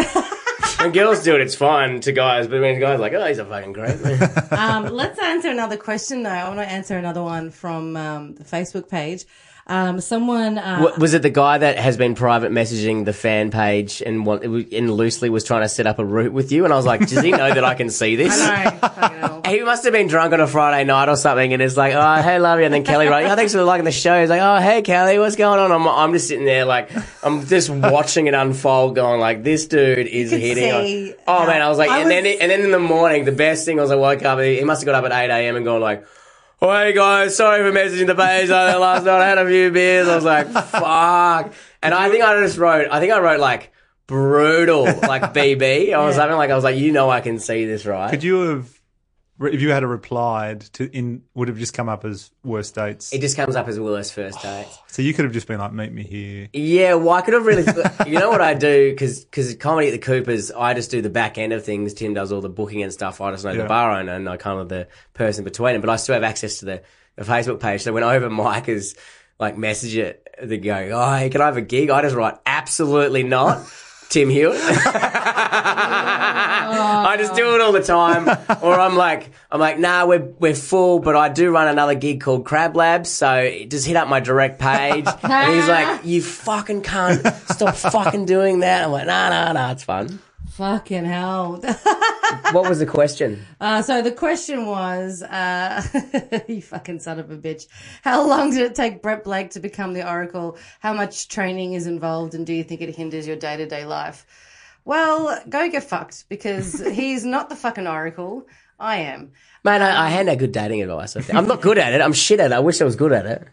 When girls do it, it's fine to guys, but when guys are like, oh, he's a fucking great man.
um, let's answer another question though. I want to answer another one from um, the Facebook page. Um, someone uh,
[LAUGHS] Wa- was it the guy that has been private messaging the fan page and want, and loosely was trying to set up a route with you? And I was like, does he know that I can see this?
[LAUGHS] I know, fucking hell.
He must have been drunk on a Friday night or something, and it's like, oh, hey, love you. And then Kelly, right? Oh, thanks for liking the show. He's like, oh, hey, Kelly, what's going on? I'm, I'm just sitting there, like, I'm just watching it unfold, going, like, this dude is
could
hitting. on-
see
Oh
how-
man, I was like,
I
and then
was-
and then in the morning, the best thing was I woke up. He he must have got up at eight a.m. and gone like, oh, hey guys, sorry for messaging the page like that last night. I had a few beers. I was like, fuck. And I think I just wrote. I think I wrote like brutal, like BB or something. Like I was like, you know, I can see this, right?
Could you have, if you had a replied to in, would have just come up as worst dates.
It just comes up as Willow's first date.
so you could have just been like, meet me here.
Yeah, well, I could have really. [LAUGHS] you know what I do? Because comedy at the Coopers, I just do the back end of things. Tim does all the booking and stuff. I just know
Yeah.
the bar owner and I kind of the person between them. But I still have access to the, the Facebook page. So when over micers like message it, they go, "Oh, hey, can I have a gig?" I just write, "Absolutely not." Tim [LAUGHS] Hewitt. I just do it all the [LAUGHS] time. Or I'm like, I'm like, nah, we're we're full, but I do run another gig called Crab Labs, so just hit up my direct [LAUGHS] page. and he's like, you fucking can't stop fucking doing that. I'm like, nah, nah, nah, it's fun.
Fucking hell.
What was the [LAUGHS] question?
Uh, so the question was, uh, [LAUGHS] you fucking son of a bitch. How long did it take Brett Blake to become the Oracle? How much training is involved and do you think it hinders your day to day life? Well, go get fucked because he's not the fucking Oracle. I am.
Man, I, I hand out good dating advice. I think. I'm not good at it. I'm shit at it. I wish I was good at it.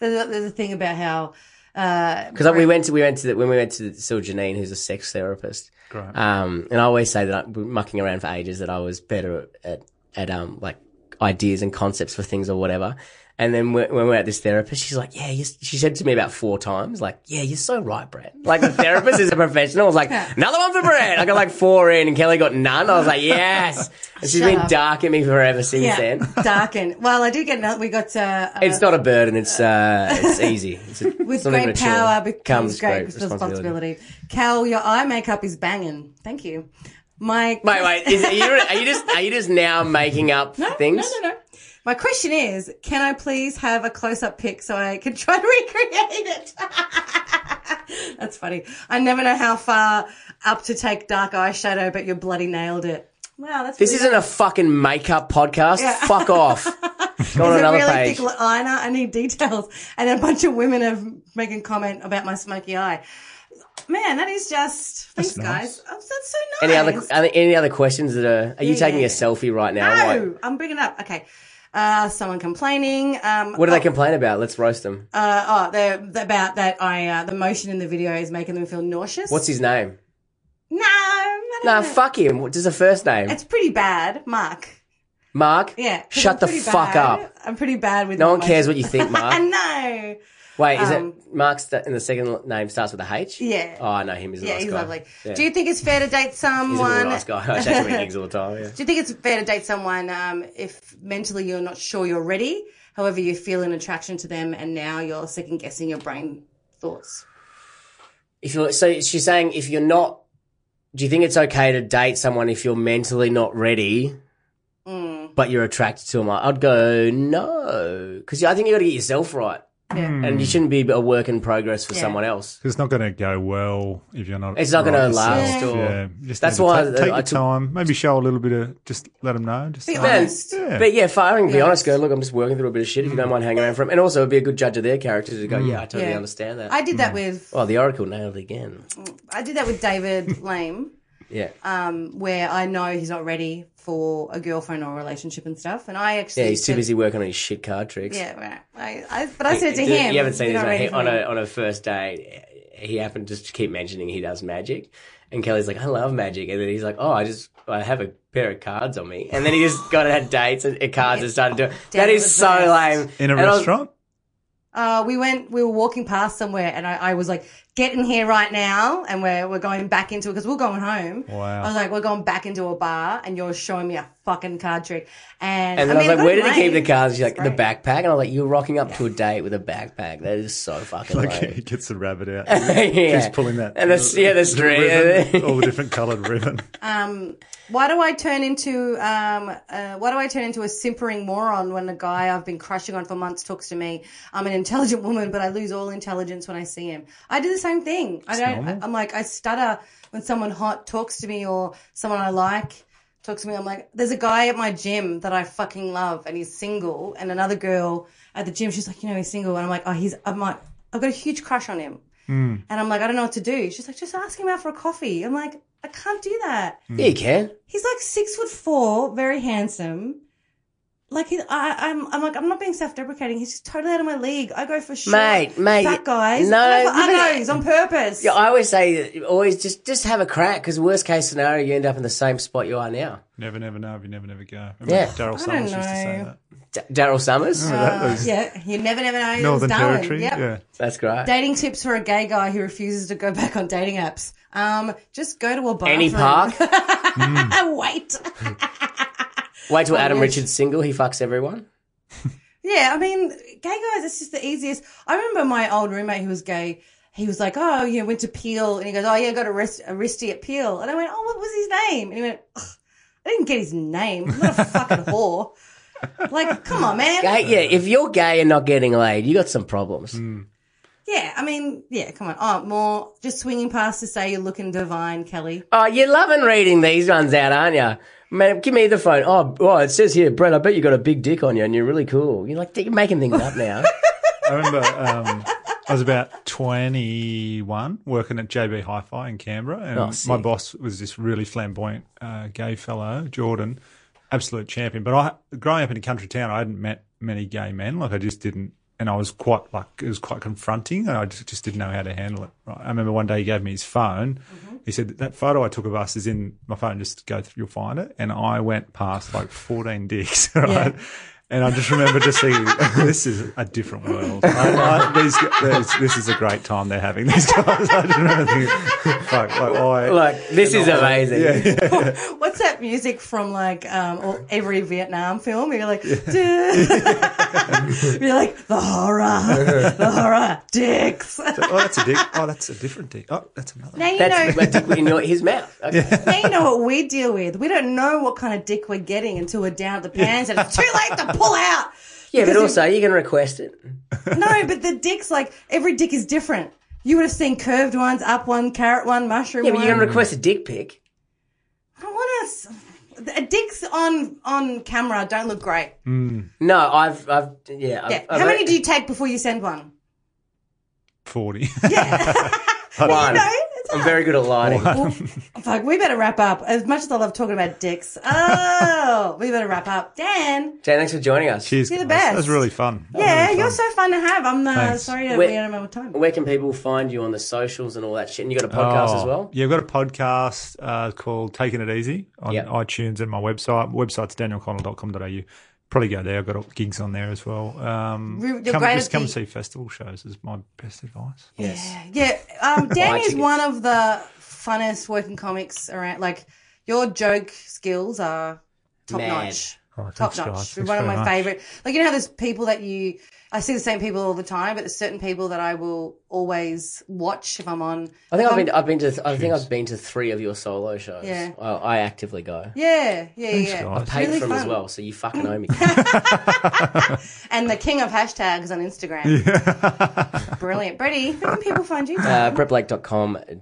There's a, there's a thing about how, uh,
Because we went to we went to the, when we went to the, saw Janine, who's a sex therapist.
Great.
Um, and I always say that I, mucking around for ages that I was better at at um like ideas and concepts for things or whatever. And then when, when we're at this therapist, she's like, "Yeah," you she said to me about four times, like, "Yeah, you're so right, Brett." Like the therapist is a professional. I was like, "Another one for Brett." I got like four in, and Kelly got none. I was like, "Yes." And she's
Shut
been
up.
dark at me forever since
yeah,
then.
darken. Well, I do get, another- we got, uh, uh,
It's not a burden. It's uh, it's easy. It's a,
[LAUGHS] with
something
great
mature
power becomes great, responsibility. Cal, your eye makeup is banging. Thank you. My
Wait, wait. Is, are, you, are you just are you just now making up things?
Ah, No, no, no. My question is, can I please have a close-up pic so I can [LAUGHS] try to recreate it? [LAUGHS] That's funny. I never know how far up to take dark eyeshadow, but you bloody nailed it. Wow, that's
This
really
isn't a fucking makeup podcast.
[LAUGHS]
Fuck off. Go on
There's
another
a really
page.
thick liner. I need details. And a bunch of women are making comment about my smoky eye. Man, that is just thanks,
nice.
guys. Oh, that's so nice.
any other are there any other questions that are? Are you
Yeah,
taking
yeah,
a selfie right now? Like,
No, I'm bringing it up. Okay. Uh, someone complaining. Um,
what do they complain about? Let's roast them.
Uh, oh, they're, they're about that. I uh, the motion in the video is making them feel nauseous.
What's his name?
no? I don't
Nah,
know.
fuck him. What is the first name?
It's pretty bad, Mark.
Mark.
Yeah, 'cause
Shut
I'm
the
pretty
fuck
bad.
up.
I'm pretty bad with.
No
the
one cares what
motion. [LAUGHS]
you think,
I
Mark.
know.
Wait, is
Um,
it Mark's th- and the second name starts with a H?
Yeah.
Oh, I know him. He's a
Yeah,
nice
he's
guy.
lovely.
Yeah.
Do you think it's fair to date
He's a really
someone?
nice guy. [LAUGHS] I
[LAUGHS]
chat to him at gigs all the time. Yeah.
Do you think it's fair to date someone um, if mentally you're not sure you're ready? However, you feel an attraction to them, and now you're second guessing your brain thoughts.
If you're so she's saying if you're not do you think it's okay to date someone if you're mentally not ready?
Mm.
but you're attracted to them, I- I'd go no, because I think you got to get yourself right, and you shouldn't be a work in progress for someone else.
It's not going to go well if you're not.
It's not
right
gonna
yourself.
last or-
yeah, just
That's
need to
why
take,
I-
take
I
your
took-
time. Maybe show a little bit of. Just let them know. Just
Be
say,
honest.
Yeah.
But yeah, firing, be honest, go, look, I'm just working through a bit of shit if you don't mind hanging around for 'em." And also, it'd be a good judge of their characters to go, yeah, I totally
Mm. Yeah.
understand that.
I did that with
oh, the Oracle nailed it again.
I did that with David Lame.
Yeah.
um, where I know he's not ready for a girlfriend or a relationship and stuff. And I actually,
yeah, he's too
said-
busy working on his shit card tricks.
Yeah, right. I, I, but I said to
You-
him,
You haven't seen
"You're
this
not
mate.
ready
He-
for
on
me."
a on a first date. He happened just to keep mentioning he does magic, and Kelly's like, "I love magic," and then he's like, "Oh, I just I have a pair of cards on me," and then he just got had dates and and cards and started doing. that
it
is
was
so
the best.
lame.
In a
And I was- [LAUGHS]
restaurant.
Uh, we went, we were walking past somewhere, and I, I was like, "Get in here right now!" And we're we're going back into it because we're going home.
Wow.
I was like, "We're going back into a bar," and you're showing me a fucking card trick. And,
and then I,
mean,
was like,
it
"Where did
got
he keep the
rained.
cards?" She's like, "The
Right.
backpack," and I was like, "You're rocking up to a date with a backpack. That is so fucking
Like
lame."
he gets the rabbit out.
[LAUGHS] yeah.
[LAUGHS] He's pulling that.
And that's yeah, that's
the [LAUGHS]
true.
ribbon, all the different coloured ribbon.
Um, why do I turn into um, uh, why do I turn into a simpering moron when the guy I've been crushing on for months talks to me? I'm an intelligent woman, but I lose all intelligence when I see him. I do the same thing. I don't.
normal.
I'm like I stutter when someone hot talks to me or someone I like talks to me. I'm like, there's a guy at my gym that I fucking love, and he's single, and another girl at the gym. She's like, you know, he's single, and I'm like, oh, he's. I'm like, I've got a huge crush on him. And I'm like, I don't know what to do. She's like, just ask him out for a coffee. I'm like, I can't do that.
[LAUGHS] yeah, you can.
He's like six foot four, very handsome. Like he, I, I'm, I'm like, I'm not being self-deprecating. He's just totally out of my league. I go for short,
Mate, mate,
fat guys.
no,
No, I go
you
for
don't-
uggos on purpose.
Yeah, I always say, always just just have a crack because worst case scenario, you end up in the same spot you are now.
Never, never know if you never, never go. Remember
Yeah.
Daryl Summers used to say that.
D- Daryl
Oh,
Summers.
That was
yeah, you never, never know.
Northern
It's Darwin.
Territory.
Yep.
Yeah.
That's great.
Dating tips for a gay guy who refuses to go back on dating apps. Um, just go to a bathroom.
Any park.
Wait. [LAUGHS]
Wait till Adam Richards single. He fucks everyone.
Yeah, I mean, gay guys, it's just the easiest. I remember my old roommate who was gay. He was like, "Oh, you know, went to Peel," and he goes, "Oh, yeah, got a wrist, a wristy at Peel." And I went, "Oh, what was his name?" And he went, Ugh, "I didn't get his name. I'm not a fucking whore." Like, come on, man.
Gay, yeah, if you're gay and not getting laid, you got some problems.
Hmm. Yeah, I mean, yeah, come on. Oh, more just swinging past to say you're looking divine, Kelly.
Oh, you're loving reading these ones out, aren't you? Man, give me the phone. Oh, oh, it says here, Brett. I bet you got a big dick on you, and you're really cool. You're like you're making things
[LAUGHS]
up now.
I remember um, I was about 21 working at JB Hi Fi in Canberra, and my boss was this really flamboyant uh, gay fellow, Jordan, absolute champion. But I, growing up in a country town, I hadn't met many gay men. Like, I just didn't. And I was quite like it was quite confronting, and I just, just didn't know how to handle it. Right? I remember one day he gave me his phone. He said that photo I took of us is in my phone. Just go, through, you'll find it. And I went past like fourteen dicks, [LAUGHS] right? And I just remember just thinking, [LAUGHS] this is a different world. I, I, these, these- this is a great time they're having, these guys. [LAUGHS] I just remember thinking, [LAUGHS] fuck, like, I,
like this is amazing.
What's that music from like um or every Vietnam film? You're like, "Duh." [LAUGHS] you're like the horror, the horror, dicks.
oh, that's a dick. Oh, that's a different dick. Oh, that's another.
Now you
That's
know.
my dick in your,
[LAUGHS]
his mouth. Okay.
now you know what we deal with. We don't know what kind of dick we're getting until we're down at the pants, and it's too late to pull out.
Yeah, but
Because
also you can request it.
No, but the dick's like every dick is different. You would have seen curved ones, up one, carrot one, mushroom
Yeah, but
one.
you can request a dick pic.
I want to. Dicks on on camera don't look great.
No, I've, I've, yeah. I've,
Yeah.
I've
How many do you take before you send one?
40.
One.
You know, it's
I'm very good at lying.
Fuck, we better wrap up. As much as I love talking about dicks, oh, we better wrap up. Dan,
Dan, thanks for joining us.
[LAUGHS] Cheers,
You're the
guys. That was
best.
really fun. That was
yeah,
really
you're
fun.
so fun to have. I'm uh,
Thanks.
sorry that
Wait.
we don't have time.
Where can people find you on the socials and all that shit? And you got a podcast
Oh,
as well?
Yeah, I've got a podcast uh, called Taking It Easy on
Yep.
iTunes and my website. My website's danielconnell.com.au. Probably go there. I've got gigs on there as well. Um,
You're
come,
great
just
at
come
the-
see festival shows is my best advice.
Yes.
Yeah, um, Dan
[LAUGHS] Buy
is
tickets.
one of the funnest working comics around. Like your joke skills are top
Mad.
notch.
Oh,
top
thanks, guys.
notch.
Thanks
One of
very
my
much.
favorite. Like you know how there's people that you I see the same people all the time, but there's certain people that I will always watch if I'm on.
I
if
think I've
I'm-
been. I've been to. I think I've been to three of your solo shows.
Yeah.
I, I actively go.
Yeah, yeah,
Thanks,
yeah.
guys.
Paid
really
for them as
fun.
well, so you
[LAUGHS]
fucking owe me.
And the king of hashtags on Instagram. Brilliant, Brady. Where can people find you?
uh,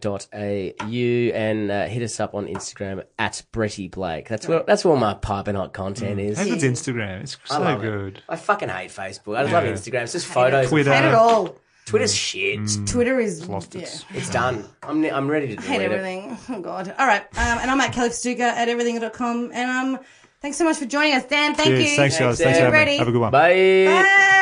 brettblake.com.au and uh, hit us up on Instagram at Bretty Blake. That's where that's where all my piping hot content is.
How good's Instagram? It's Mm. so
love it.
good.
I fucking hate Facebook. I just love Instagram. It's just photos.
Twitter.
Hate it all.
Twitter's shit.
Twitter is
Lost
yeah.
its-
It's done. I'm ne- I'm ready to delete
Hate
it.
everything. [LAUGHS] Oh God. All right. Um, and I'm at Kelly Stuka at everything.com. And um, thanks so much for joining us, Dan. Thank
Cheers.
you.
Thanks, guys. Thanks
Dan.
for having me.
Brady.
Have a good one.
Bye.
Bye.